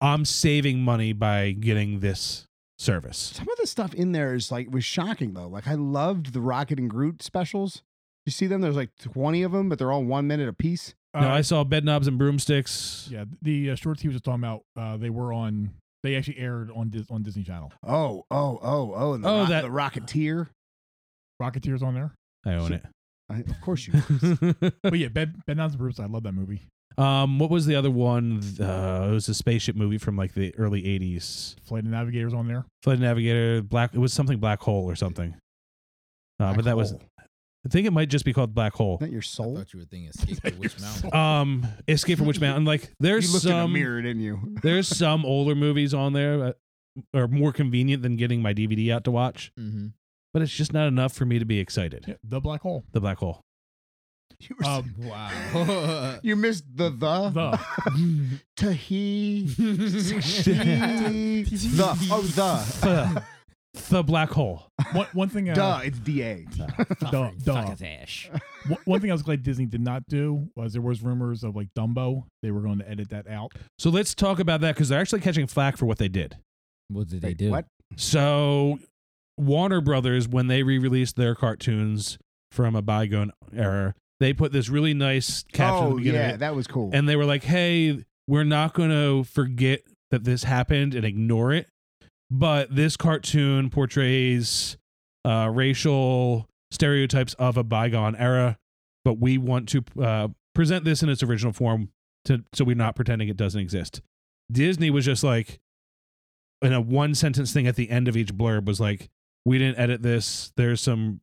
[SPEAKER 7] I'm saving money by getting this service.
[SPEAKER 5] Some of the stuff in there is like was shocking though. Like I loved the Rocket and Groot specials. You see them? There's like 20 of them, but they're all one minute a piece.
[SPEAKER 7] no, I saw Bed Knobs and Broomsticks.
[SPEAKER 6] Uh, yeah, the uh, shorts he was just talking about. Uh, they were on. They actually aired on Dis- on Disney Channel.
[SPEAKER 5] Oh, oh, oh, oh, and the,
[SPEAKER 7] Oh,
[SPEAKER 5] Ro-
[SPEAKER 7] that-
[SPEAKER 5] the Rocketeer.
[SPEAKER 6] Rocketeers
[SPEAKER 8] <laughs>
[SPEAKER 6] on there.
[SPEAKER 7] I own
[SPEAKER 5] I, of course
[SPEAKER 7] <laughs>
[SPEAKER 5] you.
[SPEAKER 7] it.
[SPEAKER 6] But yeah, Bed Bed Knobs and Brews. I love that movie.
[SPEAKER 7] um, what was the other one? Uh, it was a spaceship movie from like the early 80s.
[SPEAKER 6] Flight of Navigators on there.
[SPEAKER 7] Flight Navigator, Black, it was something Black Hole or something. Uh, but that was, I think it might just be called Black Hole.
[SPEAKER 5] not oh, your soul.
[SPEAKER 8] thought you were thinking Escape from Witch Mountain.
[SPEAKER 7] um escape from witch mountain like there's
[SPEAKER 5] you looked in a
[SPEAKER 7] some
[SPEAKER 5] mirror, didn't you?
[SPEAKER 7] <laughs>
[SPEAKER 5] <laughs>
[SPEAKER 7] there's some older movies on there that are more convenient than getting my dvd out to watch
[SPEAKER 8] Mm-hmm.
[SPEAKER 5] <laughs>
[SPEAKER 7] but it's just not enough for me to be excited
[SPEAKER 6] Yeah, the Black Hole.
[SPEAKER 7] the black hole
[SPEAKER 5] You, were
[SPEAKER 7] Oh,
[SPEAKER 6] Um,
[SPEAKER 8] <laughs> Wow.
[SPEAKER 5] <laughs> you missed the the, <laughs>
[SPEAKER 6] The.
[SPEAKER 7] <laughs>
[SPEAKER 5] Tahi- Tahi- the oh the
[SPEAKER 7] the, the black hole
[SPEAKER 6] one, one thing. Uh, <laughs>
[SPEAKER 5] duh it's da.
[SPEAKER 6] duh, duh. One- One thing I was glad Disney did not do was there was rumors of like Dumbo. They were going to edit that out.
[SPEAKER 7] so let's talk about that because they're actually catching flack for what they did
[SPEAKER 8] What did they
[SPEAKER 5] Wait,
[SPEAKER 8] do?
[SPEAKER 5] What?
[SPEAKER 7] so warner brothers when they re-released their cartoons from a bygone era they put this really nice caption at the
[SPEAKER 5] Oh
[SPEAKER 7] beginning of
[SPEAKER 5] yeah,
[SPEAKER 7] it.
[SPEAKER 5] that was cool.
[SPEAKER 7] and they were like, "Hey, we're not going to forget that this happened and ignore it, but this cartoon portrays uh, racial stereotypes of a bygone era, but we want to uh, present this in its original form, to, so we're not pretending it doesn't exist." Disney was just like, in a one sentence thing at the end of each blurb was like, "We didn't edit this. There's some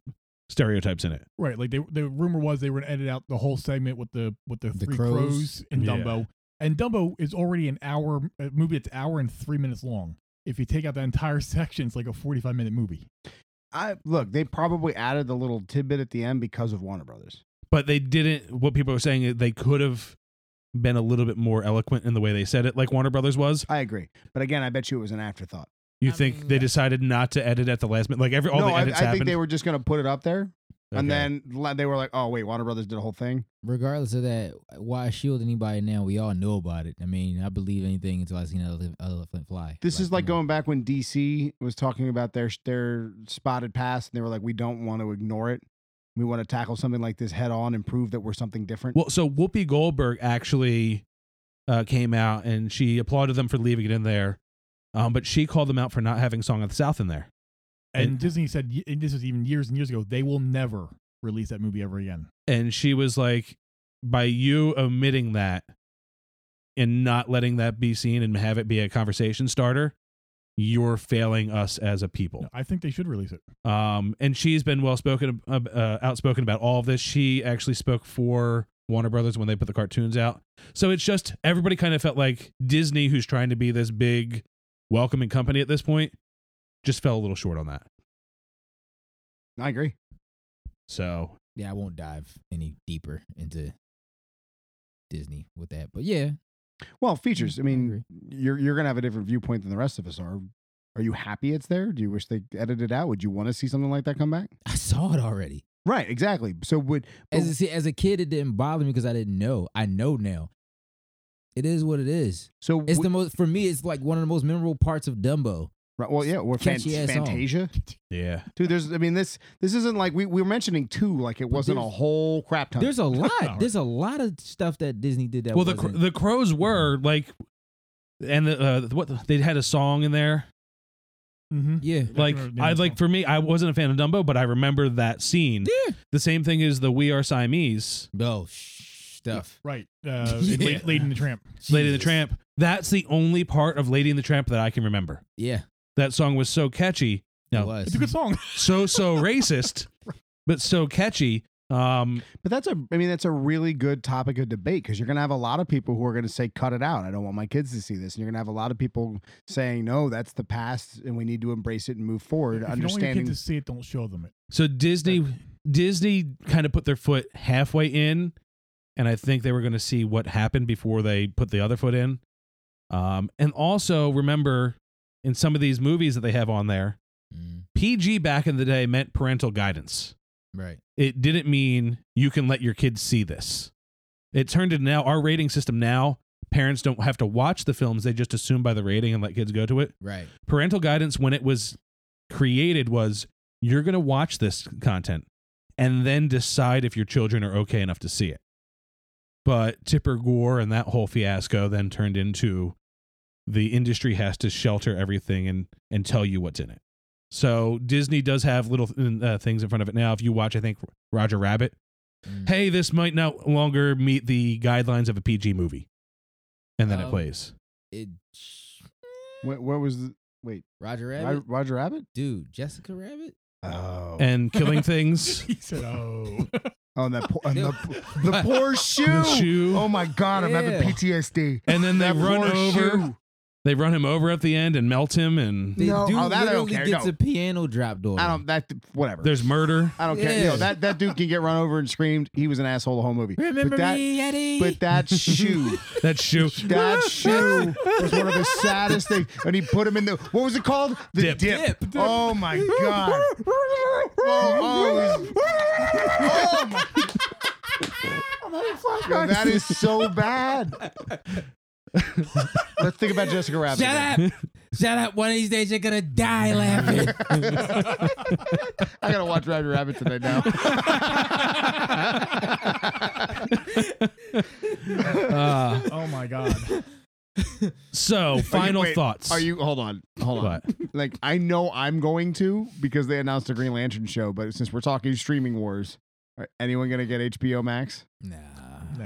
[SPEAKER 7] stereotypes in it.
[SPEAKER 6] Right. Like they, the rumor was they were gonna edit out the whole segment with the with the,
[SPEAKER 8] The
[SPEAKER 6] three crows.
[SPEAKER 8] crows.
[SPEAKER 6] and
[SPEAKER 7] Yeah.
[SPEAKER 6] Dumbo. And Dumbo is already an hour a movie. It's hour and three minutes long. If you take out that entire <laughs> section, it's like a forty-five minute movie.
[SPEAKER 5] I look, they probably added the little tidbit at the end because of Warner Brothers.
[SPEAKER 7] But they didn't. What people were saying, is they could have been a little bit more eloquent in the way they said it, like Warner Brothers was.
[SPEAKER 5] I agree, but again, I bet you it was an afterthought.
[SPEAKER 7] You
[SPEAKER 8] I
[SPEAKER 7] think
[SPEAKER 8] mean,
[SPEAKER 7] they
[SPEAKER 8] yeah.
[SPEAKER 7] decided not to edit at the last minute? Like every all
[SPEAKER 5] no,
[SPEAKER 7] the
[SPEAKER 5] I,
[SPEAKER 7] edits
[SPEAKER 5] I
[SPEAKER 7] happened.
[SPEAKER 5] think they were just going to put it up there, and
[SPEAKER 7] Okay.
[SPEAKER 5] then la- they were like, "Oh wait, Warner Brothers did a whole thing."
[SPEAKER 8] regardless of that, why shield E anybody now? We all know about it. I mean, I believe anything until I seen an elef- elephant fly.
[SPEAKER 5] This is like
[SPEAKER 8] you know.
[SPEAKER 5] going back when DC was talking about their their spotted pass, and they were like, "We don't want to ignore it. We want to tackle something like this head on and prove that we're something different."
[SPEAKER 7] Well, so Whoopi Goldberg actually uh, came out and she applauded them for leaving it in there, um, but she called them out for not having "Song of the South" in there.
[SPEAKER 6] And,
[SPEAKER 7] And-
[SPEAKER 6] Disney said, y- and this was even years and years ago, they will never release that movie ever again.
[SPEAKER 7] and she was like by you omitting that and not letting that be seen and have it be a conversation starter you're failing us as a people
[SPEAKER 6] No, I think they should release it.
[SPEAKER 7] um and she's been well spoken uh, uh, outspoken about all of this she actually spoke for warner brothers when they put the cartoons out so it's just everybody kind of felt like disney who's trying to be this big welcoming company at this point just fell a little short on that
[SPEAKER 5] I agree.
[SPEAKER 7] so
[SPEAKER 8] yeah, I won't dive any deeper into Disney with that, but yeah,
[SPEAKER 5] Well, features. Mm, I
[SPEAKER 8] I
[SPEAKER 5] mean, you're you're gonna have a different viewpoint than the rest of us are. Are you happy it's there? Do you wish they edited it out? Would you want to see something like that come back?
[SPEAKER 8] I saw it already.
[SPEAKER 5] Right, exactly. So would but-
[SPEAKER 8] As a, see, as a kid, it didn't bother me because I didn't know. I know now. It is what it is.
[SPEAKER 5] so
[SPEAKER 8] It's the
[SPEAKER 5] would-
[SPEAKER 8] most for me. It's like one of the most memorable parts of Dumbo.
[SPEAKER 5] right, well, yeah, or fan,
[SPEAKER 8] catchy ass song.
[SPEAKER 5] Fantasia,
[SPEAKER 7] yeah
[SPEAKER 5] dude. There's, I mean, this this isn't like we, we were mentioning two, like it wasn't a
[SPEAKER 8] there's-
[SPEAKER 5] whole crap ton. <laughs>
[SPEAKER 8] There's a lot.
[SPEAKER 6] Alright.
[SPEAKER 8] There's a lot of stuff that Disney did that.
[SPEAKER 7] well, the cr-
[SPEAKER 8] wasn't- Mm-hmm.
[SPEAKER 7] the crows were like, and the uh, what they had a song in there.
[SPEAKER 6] Mm-hmm.
[SPEAKER 8] yeah,
[SPEAKER 7] Like I like for me, I wasn't a fan of Dumbo, but I remember that scene.
[SPEAKER 8] yeah.
[SPEAKER 7] The same thing is the We Are Siamese,
[SPEAKER 8] No sh- stuff.
[SPEAKER 6] right. Uh,
[SPEAKER 8] Yeah.
[SPEAKER 6] Lady, Lady and the Tramp.
[SPEAKER 7] Lady and the
[SPEAKER 8] Jesus.
[SPEAKER 7] Tramp. That's the only part of Lady and the Tramp that I can remember.
[SPEAKER 8] Yeah,
[SPEAKER 7] That song was so catchy,
[SPEAKER 8] it
[SPEAKER 7] No.
[SPEAKER 8] was.
[SPEAKER 6] It's a good song.
[SPEAKER 7] so so racist, but so catchy. Um,
[SPEAKER 5] but that's a, I mean, that's a really good topic of debate because you're gonna have a lot of people who are gonna say, cut it out. I don't want my kids to see this, and you're gonna have a lot of people saying, no, that's the past, and we need to embrace it and move forward.
[SPEAKER 6] <laughs> If you don't want your
[SPEAKER 5] understanding
[SPEAKER 6] kids to see it, don't show them it.
[SPEAKER 7] so Disney Disney kind of put their foot halfway in, and I think they were going to see what happened before they put the other foot in. Um, and also remember, in some of these movies that they have on there,
[SPEAKER 8] Mm,
[SPEAKER 7] Mm-hmm. PG back in the day meant parental guidance.
[SPEAKER 8] right.
[SPEAKER 7] It didn't mean you can let your kids see this. It turned into now our rating system now. Parents don't have to watch the films; they just assume by the rating and let kids go to it
[SPEAKER 8] Right.
[SPEAKER 7] parental guidance when it was created was you're going to watch this content and then decide if your children are okay enough to see it. But Tipper Gore and that whole fiasco then turned into the industry has to shelter everything and and tell you what's in it. So Disney does have little uh, things in front of it now. If you watch, I think Roger Rabbit.
[SPEAKER 8] Mm.
[SPEAKER 7] Hey, this might no longer meet the guidelines of a PG movie, and then it
[SPEAKER 8] Um,
[SPEAKER 7] plays.
[SPEAKER 8] It.
[SPEAKER 5] what, what was the, wait
[SPEAKER 8] Roger Rabbit,
[SPEAKER 5] Ro- Roger Rabbit?
[SPEAKER 8] dude. Jessica Rabbit.
[SPEAKER 5] Oh,
[SPEAKER 7] And killing things.
[SPEAKER 6] He
[SPEAKER 8] <laughs>
[SPEAKER 6] said, "Oh,
[SPEAKER 5] on that po- on
[SPEAKER 8] They-
[SPEAKER 5] the,
[SPEAKER 8] <laughs>
[SPEAKER 5] po- the poor shoe.
[SPEAKER 7] The shoe.
[SPEAKER 5] Oh my god, I'm
[SPEAKER 8] Yeah.
[SPEAKER 5] having PTSD.
[SPEAKER 7] and then they
[SPEAKER 5] That
[SPEAKER 7] run
[SPEAKER 5] poor
[SPEAKER 7] over.
[SPEAKER 5] shoe.
[SPEAKER 7] They run him over at the end and melt him, and
[SPEAKER 8] The
[SPEAKER 5] No.
[SPEAKER 8] dude
[SPEAKER 5] Oh, that I don't
[SPEAKER 8] literally
[SPEAKER 5] care,
[SPEAKER 8] gets
[SPEAKER 5] no.
[SPEAKER 8] a piano drop door.
[SPEAKER 5] I don't that whatever.
[SPEAKER 7] there's murder.
[SPEAKER 5] I don't care. You know,
[SPEAKER 8] Oh. Yeah.
[SPEAKER 5] that that dude can get run over and screamed. He was an asshole the whole movie.
[SPEAKER 8] remember
[SPEAKER 5] but that,
[SPEAKER 8] me, Eddie.
[SPEAKER 5] But that shoe, <laughs>
[SPEAKER 7] That shoe.
[SPEAKER 5] that shoe was one of the saddest things. And he put him in the what was it called? The
[SPEAKER 7] Dip.
[SPEAKER 8] Dip.
[SPEAKER 5] Oh my god. Oh, oh, it was- oh my. Yo, that is so bad. Let's think about Jessica Rabbit.
[SPEAKER 8] Shut
[SPEAKER 5] again.
[SPEAKER 8] up. Shut up. One of these days you're gonna die <laughs> laughing.
[SPEAKER 5] I gotta watch Rabbit Rabbit tonight
[SPEAKER 8] <laughs>
[SPEAKER 5] now.
[SPEAKER 7] Uh,
[SPEAKER 6] oh
[SPEAKER 8] <laughs>
[SPEAKER 6] my God."
[SPEAKER 7] so, final
[SPEAKER 5] wait,
[SPEAKER 7] thoughts.
[SPEAKER 5] Are you hold on, hold on?
[SPEAKER 7] What?
[SPEAKER 5] Like I know I'm going to because they announced the Green Lantern show, but since we're talking streaming wars, are anyone gonna get HBO Max
[SPEAKER 8] nah,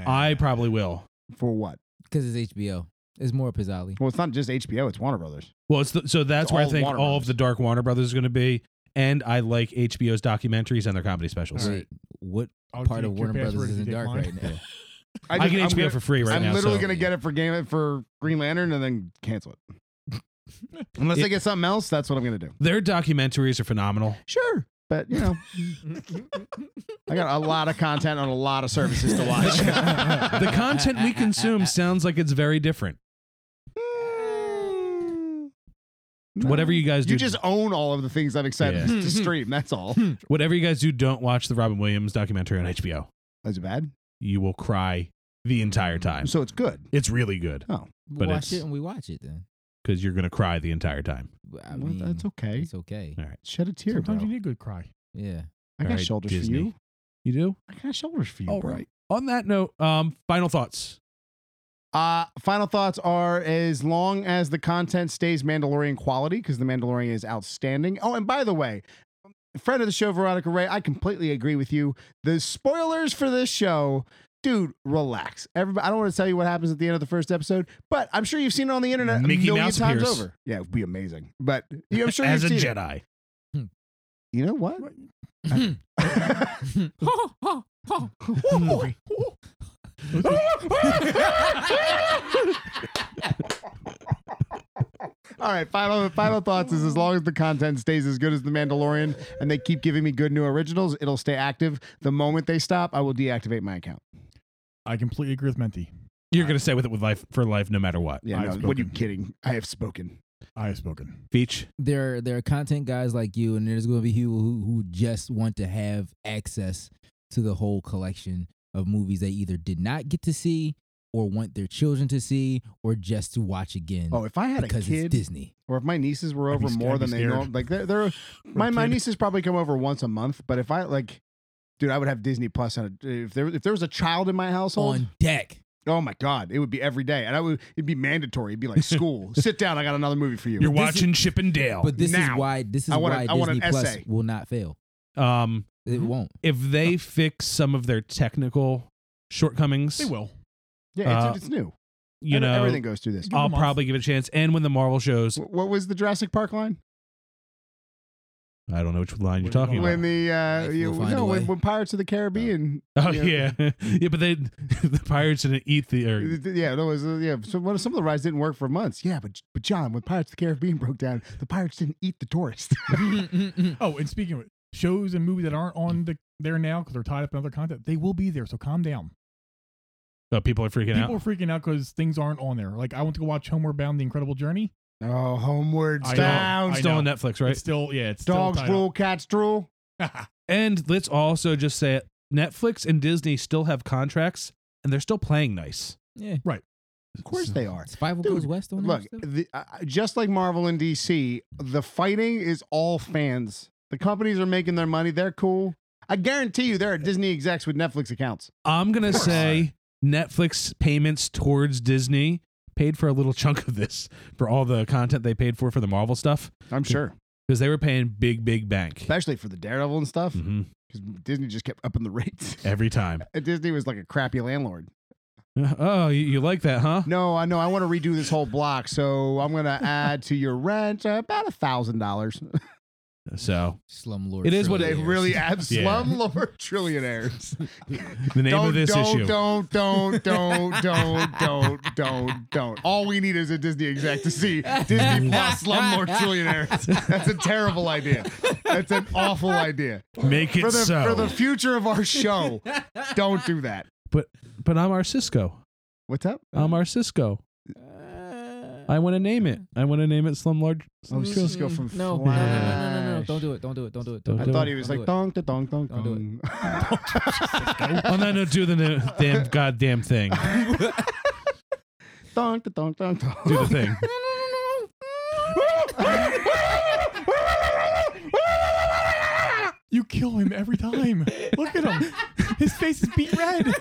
[SPEAKER 7] I probably will.
[SPEAKER 5] for what?
[SPEAKER 8] because it's HBO. It's more Pizzali.
[SPEAKER 5] Well, it's not just HBO; it's Warner Brothers.
[SPEAKER 7] Well, it's the, so that's
[SPEAKER 5] It's
[SPEAKER 7] where I
[SPEAKER 5] all
[SPEAKER 7] think
[SPEAKER 5] Warner
[SPEAKER 7] all of
[SPEAKER 5] Brothers.
[SPEAKER 7] the Dark Warner Brothers is going to be, and I like HBO's documentaries and their comedy specials.
[SPEAKER 8] Wait, what
[SPEAKER 6] I'll
[SPEAKER 8] part
[SPEAKER 6] take
[SPEAKER 8] of
[SPEAKER 6] your
[SPEAKER 8] Warner
[SPEAKER 6] password
[SPEAKER 8] Brothers
[SPEAKER 6] if you
[SPEAKER 8] is in
[SPEAKER 6] take
[SPEAKER 8] dark
[SPEAKER 6] mine.
[SPEAKER 8] right <laughs>
[SPEAKER 6] <laughs>
[SPEAKER 8] now?
[SPEAKER 7] I,
[SPEAKER 5] just-
[SPEAKER 7] get
[SPEAKER 5] I'm
[SPEAKER 7] HBO
[SPEAKER 5] gonna-
[SPEAKER 7] for free right
[SPEAKER 5] I'm
[SPEAKER 7] now.
[SPEAKER 5] literally
[SPEAKER 7] so-
[SPEAKER 5] gonna get it for Game for Green Lantern and then cancel it. <laughs> Unless
[SPEAKER 7] It-
[SPEAKER 5] I get something else, that's what I'm gonna do.
[SPEAKER 7] Their documentaries are phenomenal.
[SPEAKER 5] Sure, but
[SPEAKER 7] <laughs>
[SPEAKER 5] you know, I got a lot of content on a lot of services to watch.
[SPEAKER 7] <laughs> The content we consume sounds like it's very different. Whatever you guys do,
[SPEAKER 5] You just own all of the things I'm excited
[SPEAKER 7] Yeah. Hmm.
[SPEAKER 5] to stream. That's all.
[SPEAKER 7] whatever you guys do, don't watch the Robin Williams documentary on HBO.
[SPEAKER 5] That's bad.
[SPEAKER 7] You will cry the entire time.
[SPEAKER 5] So it's good.
[SPEAKER 7] It's really good
[SPEAKER 8] We
[SPEAKER 7] But
[SPEAKER 8] watch
[SPEAKER 7] it's-
[SPEAKER 8] it and we watch it then.
[SPEAKER 7] because you're gonna cry the entire time.
[SPEAKER 8] I
[SPEAKER 5] Well,
[SPEAKER 8] mean,
[SPEAKER 5] that's okay.
[SPEAKER 8] It's okay.
[SPEAKER 7] All right,
[SPEAKER 5] Shed a tear,
[SPEAKER 6] Sometimes
[SPEAKER 5] bro.
[SPEAKER 6] you need a good cry.
[SPEAKER 8] Yeah.
[SPEAKER 5] I got
[SPEAKER 7] All right,
[SPEAKER 5] shoulders
[SPEAKER 7] Disney.
[SPEAKER 5] for you. Oh,
[SPEAKER 7] you do.
[SPEAKER 5] I got shoulders for you,
[SPEAKER 7] All
[SPEAKER 5] bro.
[SPEAKER 7] right. On that note, um, final thoughts.
[SPEAKER 5] Uh, final thoughts are as long as the content stays Mandalorian quality, because the Mandalorian is outstanding. Oh, and by the way, friend of the show, Veronica Ray, I completely agree with you. The spoilers for this show, dude, relax. Everybody, I don't want to tell you what happens at the end of the first episode, but I'm sure you've seen it on the internet
[SPEAKER 7] Mickey
[SPEAKER 5] a million
[SPEAKER 7] Mouse
[SPEAKER 5] times
[SPEAKER 7] appears.
[SPEAKER 5] over. Yeah, it'd be amazing. But yeah, I'm sure
[SPEAKER 7] <laughs> As a
[SPEAKER 5] you've seen it.
[SPEAKER 7] Jedi,
[SPEAKER 5] You know what?
[SPEAKER 6] <laughs>
[SPEAKER 5] <laughs> All right, final final thoughts is as long as the content stays as good as The Mandalorian and they keep giving me good new originals, it'll stay active. The moment they stop, I will deactivate my account.
[SPEAKER 6] I completely agree with Menti.
[SPEAKER 7] you're gonna stay with it with life for life, no matter what.
[SPEAKER 5] Yeah,
[SPEAKER 6] I've
[SPEAKER 5] no, what are you
[SPEAKER 6] spoken.
[SPEAKER 5] kidding? I have spoken.
[SPEAKER 6] I have spoken.
[SPEAKER 7] Beach.
[SPEAKER 8] there are, there are content guys like you, and there's going to be people who, who just want to have access to the whole collection of movies they either did not get to see, or want their children to see, or just to watch again.
[SPEAKER 6] Mm.
[SPEAKER 5] Oh, if I had
[SPEAKER 8] because
[SPEAKER 5] a kid
[SPEAKER 8] it's Disney.
[SPEAKER 5] or if my nieces were
[SPEAKER 6] I'd be
[SPEAKER 5] over
[SPEAKER 6] sc-
[SPEAKER 5] more
[SPEAKER 6] I'd be
[SPEAKER 5] than they know,
[SPEAKER 6] scared.
[SPEAKER 5] like they're, they're my my
[SPEAKER 6] kid.
[SPEAKER 5] nieces probably come over once a month, but if I like dude, I would have Disney Plus on a, if there if there was a child in my household,
[SPEAKER 8] On deck.
[SPEAKER 5] oh my god, it would be every day. And I would it'd be mandatory. It'd be like school. Sit down, I got another movie for you.
[SPEAKER 7] You're
[SPEAKER 8] This is-
[SPEAKER 7] watching Chip and Dale.
[SPEAKER 8] But this
[SPEAKER 5] now.
[SPEAKER 8] is why this is
[SPEAKER 5] I want a-
[SPEAKER 8] why
[SPEAKER 5] I want an
[SPEAKER 8] Disney Plus
[SPEAKER 5] essay.
[SPEAKER 8] will not fail.
[SPEAKER 7] um,
[SPEAKER 8] It won't.
[SPEAKER 7] if
[SPEAKER 5] Oh.
[SPEAKER 7] they fix some of their technical shortcomings,
[SPEAKER 6] They will.
[SPEAKER 5] yeah, it's,
[SPEAKER 7] uh,
[SPEAKER 5] it's new.
[SPEAKER 7] you
[SPEAKER 5] Every-
[SPEAKER 7] know, um,
[SPEAKER 5] everything goes through this.
[SPEAKER 6] Give
[SPEAKER 7] I'll
[SPEAKER 6] them off.
[SPEAKER 7] probably give it a chance. And when the Marvel shows,
[SPEAKER 5] Wh- What was the Jurassic Park line?
[SPEAKER 7] I don't know which line you're
[SPEAKER 6] What do
[SPEAKER 7] talking
[SPEAKER 6] you
[SPEAKER 7] about.
[SPEAKER 5] when the uh,
[SPEAKER 8] Life
[SPEAKER 5] you,
[SPEAKER 8] will find
[SPEAKER 5] no,
[SPEAKER 8] a
[SPEAKER 5] when,
[SPEAKER 8] way.
[SPEAKER 5] when Pirates of the Caribbean.
[SPEAKER 7] Oh
[SPEAKER 5] you know,
[SPEAKER 7] yeah, <laughs> yeah. But they, the pirates didn't eat the.
[SPEAKER 5] <laughs>
[SPEAKER 7] Or,
[SPEAKER 5] th- th- Yeah, no, it was, uh, yeah. So one, some of the rides didn't work for months. Yeah, but but John, when Pirates of the Caribbean <laughs> broke down, the pirates didn't eat the <laughs> tourists.
[SPEAKER 6] Oh, and speaking of it, shows and movies that aren't on the there now because they're tied up in other content, they will be there. So calm down.
[SPEAKER 7] oh, people are freaking
[SPEAKER 6] People
[SPEAKER 7] out.
[SPEAKER 6] are freaking out because things aren't on there. Like I went to go watch Homeward Bound: The Incredible Journey.
[SPEAKER 5] oh, homeward
[SPEAKER 6] I know,
[SPEAKER 5] bound.
[SPEAKER 6] I
[SPEAKER 7] Still
[SPEAKER 6] know.
[SPEAKER 7] on Netflix, right?
[SPEAKER 6] It's still yeah, it's
[SPEAKER 5] Dogs
[SPEAKER 6] still
[SPEAKER 5] drool, cats drool.
[SPEAKER 6] tied up.
[SPEAKER 7] And let's also just say it, Netflix and Disney still have contracts and they're still playing nice.
[SPEAKER 8] yeah.
[SPEAKER 5] Of course they are.
[SPEAKER 8] Survival
[SPEAKER 5] Dude,
[SPEAKER 8] Goes West on
[SPEAKER 5] Look,
[SPEAKER 8] there.
[SPEAKER 5] the, uh, just like Marvel and DC, the fighting is all fans. The companies are making their money. They're cool. I guarantee you, there are Disney execs with Netflix accounts.
[SPEAKER 7] I'm gonna
[SPEAKER 5] course.
[SPEAKER 7] say Netflix payments towards Disney paid for a little chunk of this for all the content they paid for for the Marvel stuff
[SPEAKER 5] I'm sure,
[SPEAKER 7] because they were paying big, big bank
[SPEAKER 5] especially for the Daredevil and stuff,
[SPEAKER 7] Mhm.
[SPEAKER 5] because Disney just kept upping the rates.
[SPEAKER 7] every time. <laughs>
[SPEAKER 5] Uh, <laughs> Disney was like a crappy landlord.
[SPEAKER 7] Oh, you, you like that, huh?
[SPEAKER 5] No, I know. I want to redo this whole block, so I'm gonna add to your rent uh, about a thousand dollars.
[SPEAKER 7] So
[SPEAKER 8] Slumlord.
[SPEAKER 7] It is what
[SPEAKER 5] They <laughs>
[SPEAKER 8] Trillionaires. <laughs>
[SPEAKER 5] really add
[SPEAKER 7] Yeah.
[SPEAKER 5] slumlord trillionaires.
[SPEAKER 7] the name
[SPEAKER 5] don't,
[SPEAKER 7] of this
[SPEAKER 5] don't,
[SPEAKER 7] issue.
[SPEAKER 5] Don't, don't, don't, don't, don't, don't, don't. All we need is a Disney exec to see Disney Plus slumlord trillionaires. That's a terrible idea. That's an awful idea
[SPEAKER 7] Make it
[SPEAKER 5] for the
[SPEAKER 7] so.
[SPEAKER 5] for the future of our show. Don't do that.
[SPEAKER 7] but but I'm our Cisco.
[SPEAKER 5] What's up?
[SPEAKER 7] I'm
[SPEAKER 5] <laughs>
[SPEAKER 7] our Cisco. I want to name it. I want to name it Slumlord.
[SPEAKER 5] Oh, it's just go from
[SPEAKER 8] no, no, no, no, no, no, no, no,
[SPEAKER 5] Flash.
[SPEAKER 8] Don't do it. Don't do it. Don't do it.
[SPEAKER 7] Don't
[SPEAKER 5] I
[SPEAKER 7] do
[SPEAKER 5] thought
[SPEAKER 7] it.
[SPEAKER 5] he was like
[SPEAKER 8] Don't do it.
[SPEAKER 5] dong da dong dong
[SPEAKER 8] Don't do
[SPEAKER 5] dong.
[SPEAKER 8] <laughs>
[SPEAKER 7] oh no, no, do the new damn goddamn thing.
[SPEAKER 5] Dong da dong dong dong.
[SPEAKER 7] Do the thing.
[SPEAKER 6] You kill him
[SPEAKER 5] <laughs>
[SPEAKER 6] every time. Look at him. His face is beat red.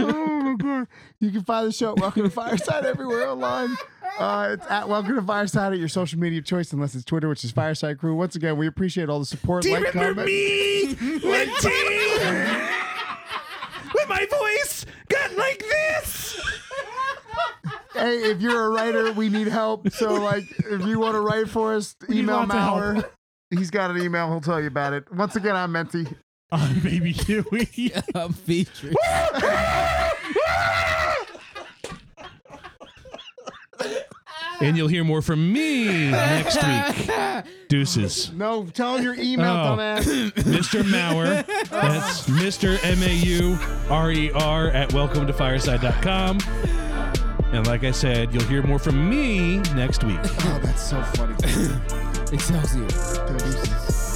[SPEAKER 5] oh my god! You can find the show at Welcome to Fireside everywhere online. Uh, it's at Welcome to Fireside at your social media of choice, unless it's Twitter, which is Fireside Crew. Once again, we appreciate all the support. like, comment.
[SPEAKER 7] me, when my voice got like this.
[SPEAKER 5] Hey, if you're a writer, we need help. So, like, if you want to write for us,
[SPEAKER 6] need
[SPEAKER 5] email
[SPEAKER 6] lots of help.
[SPEAKER 5] Maurer He's got an email. He'll tell you about it. Once again, I'm Menti.
[SPEAKER 6] on Baby Huey.
[SPEAKER 8] <laughs> I'm featured.
[SPEAKER 7] <laughs> And you'll hear more from me next week. Deuces.
[SPEAKER 5] No, tell him your email,
[SPEAKER 7] Oh.
[SPEAKER 5] dumbass.
[SPEAKER 7] Mr. Maurer. That's Mr. M A U R E R at welcome to fireside.com. And like I said, you'll hear more from me next week.
[SPEAKER 5] Oh, that's so funny.
[SPEAKER 8] Excelsior.
[SPEAKER 5] Deuces.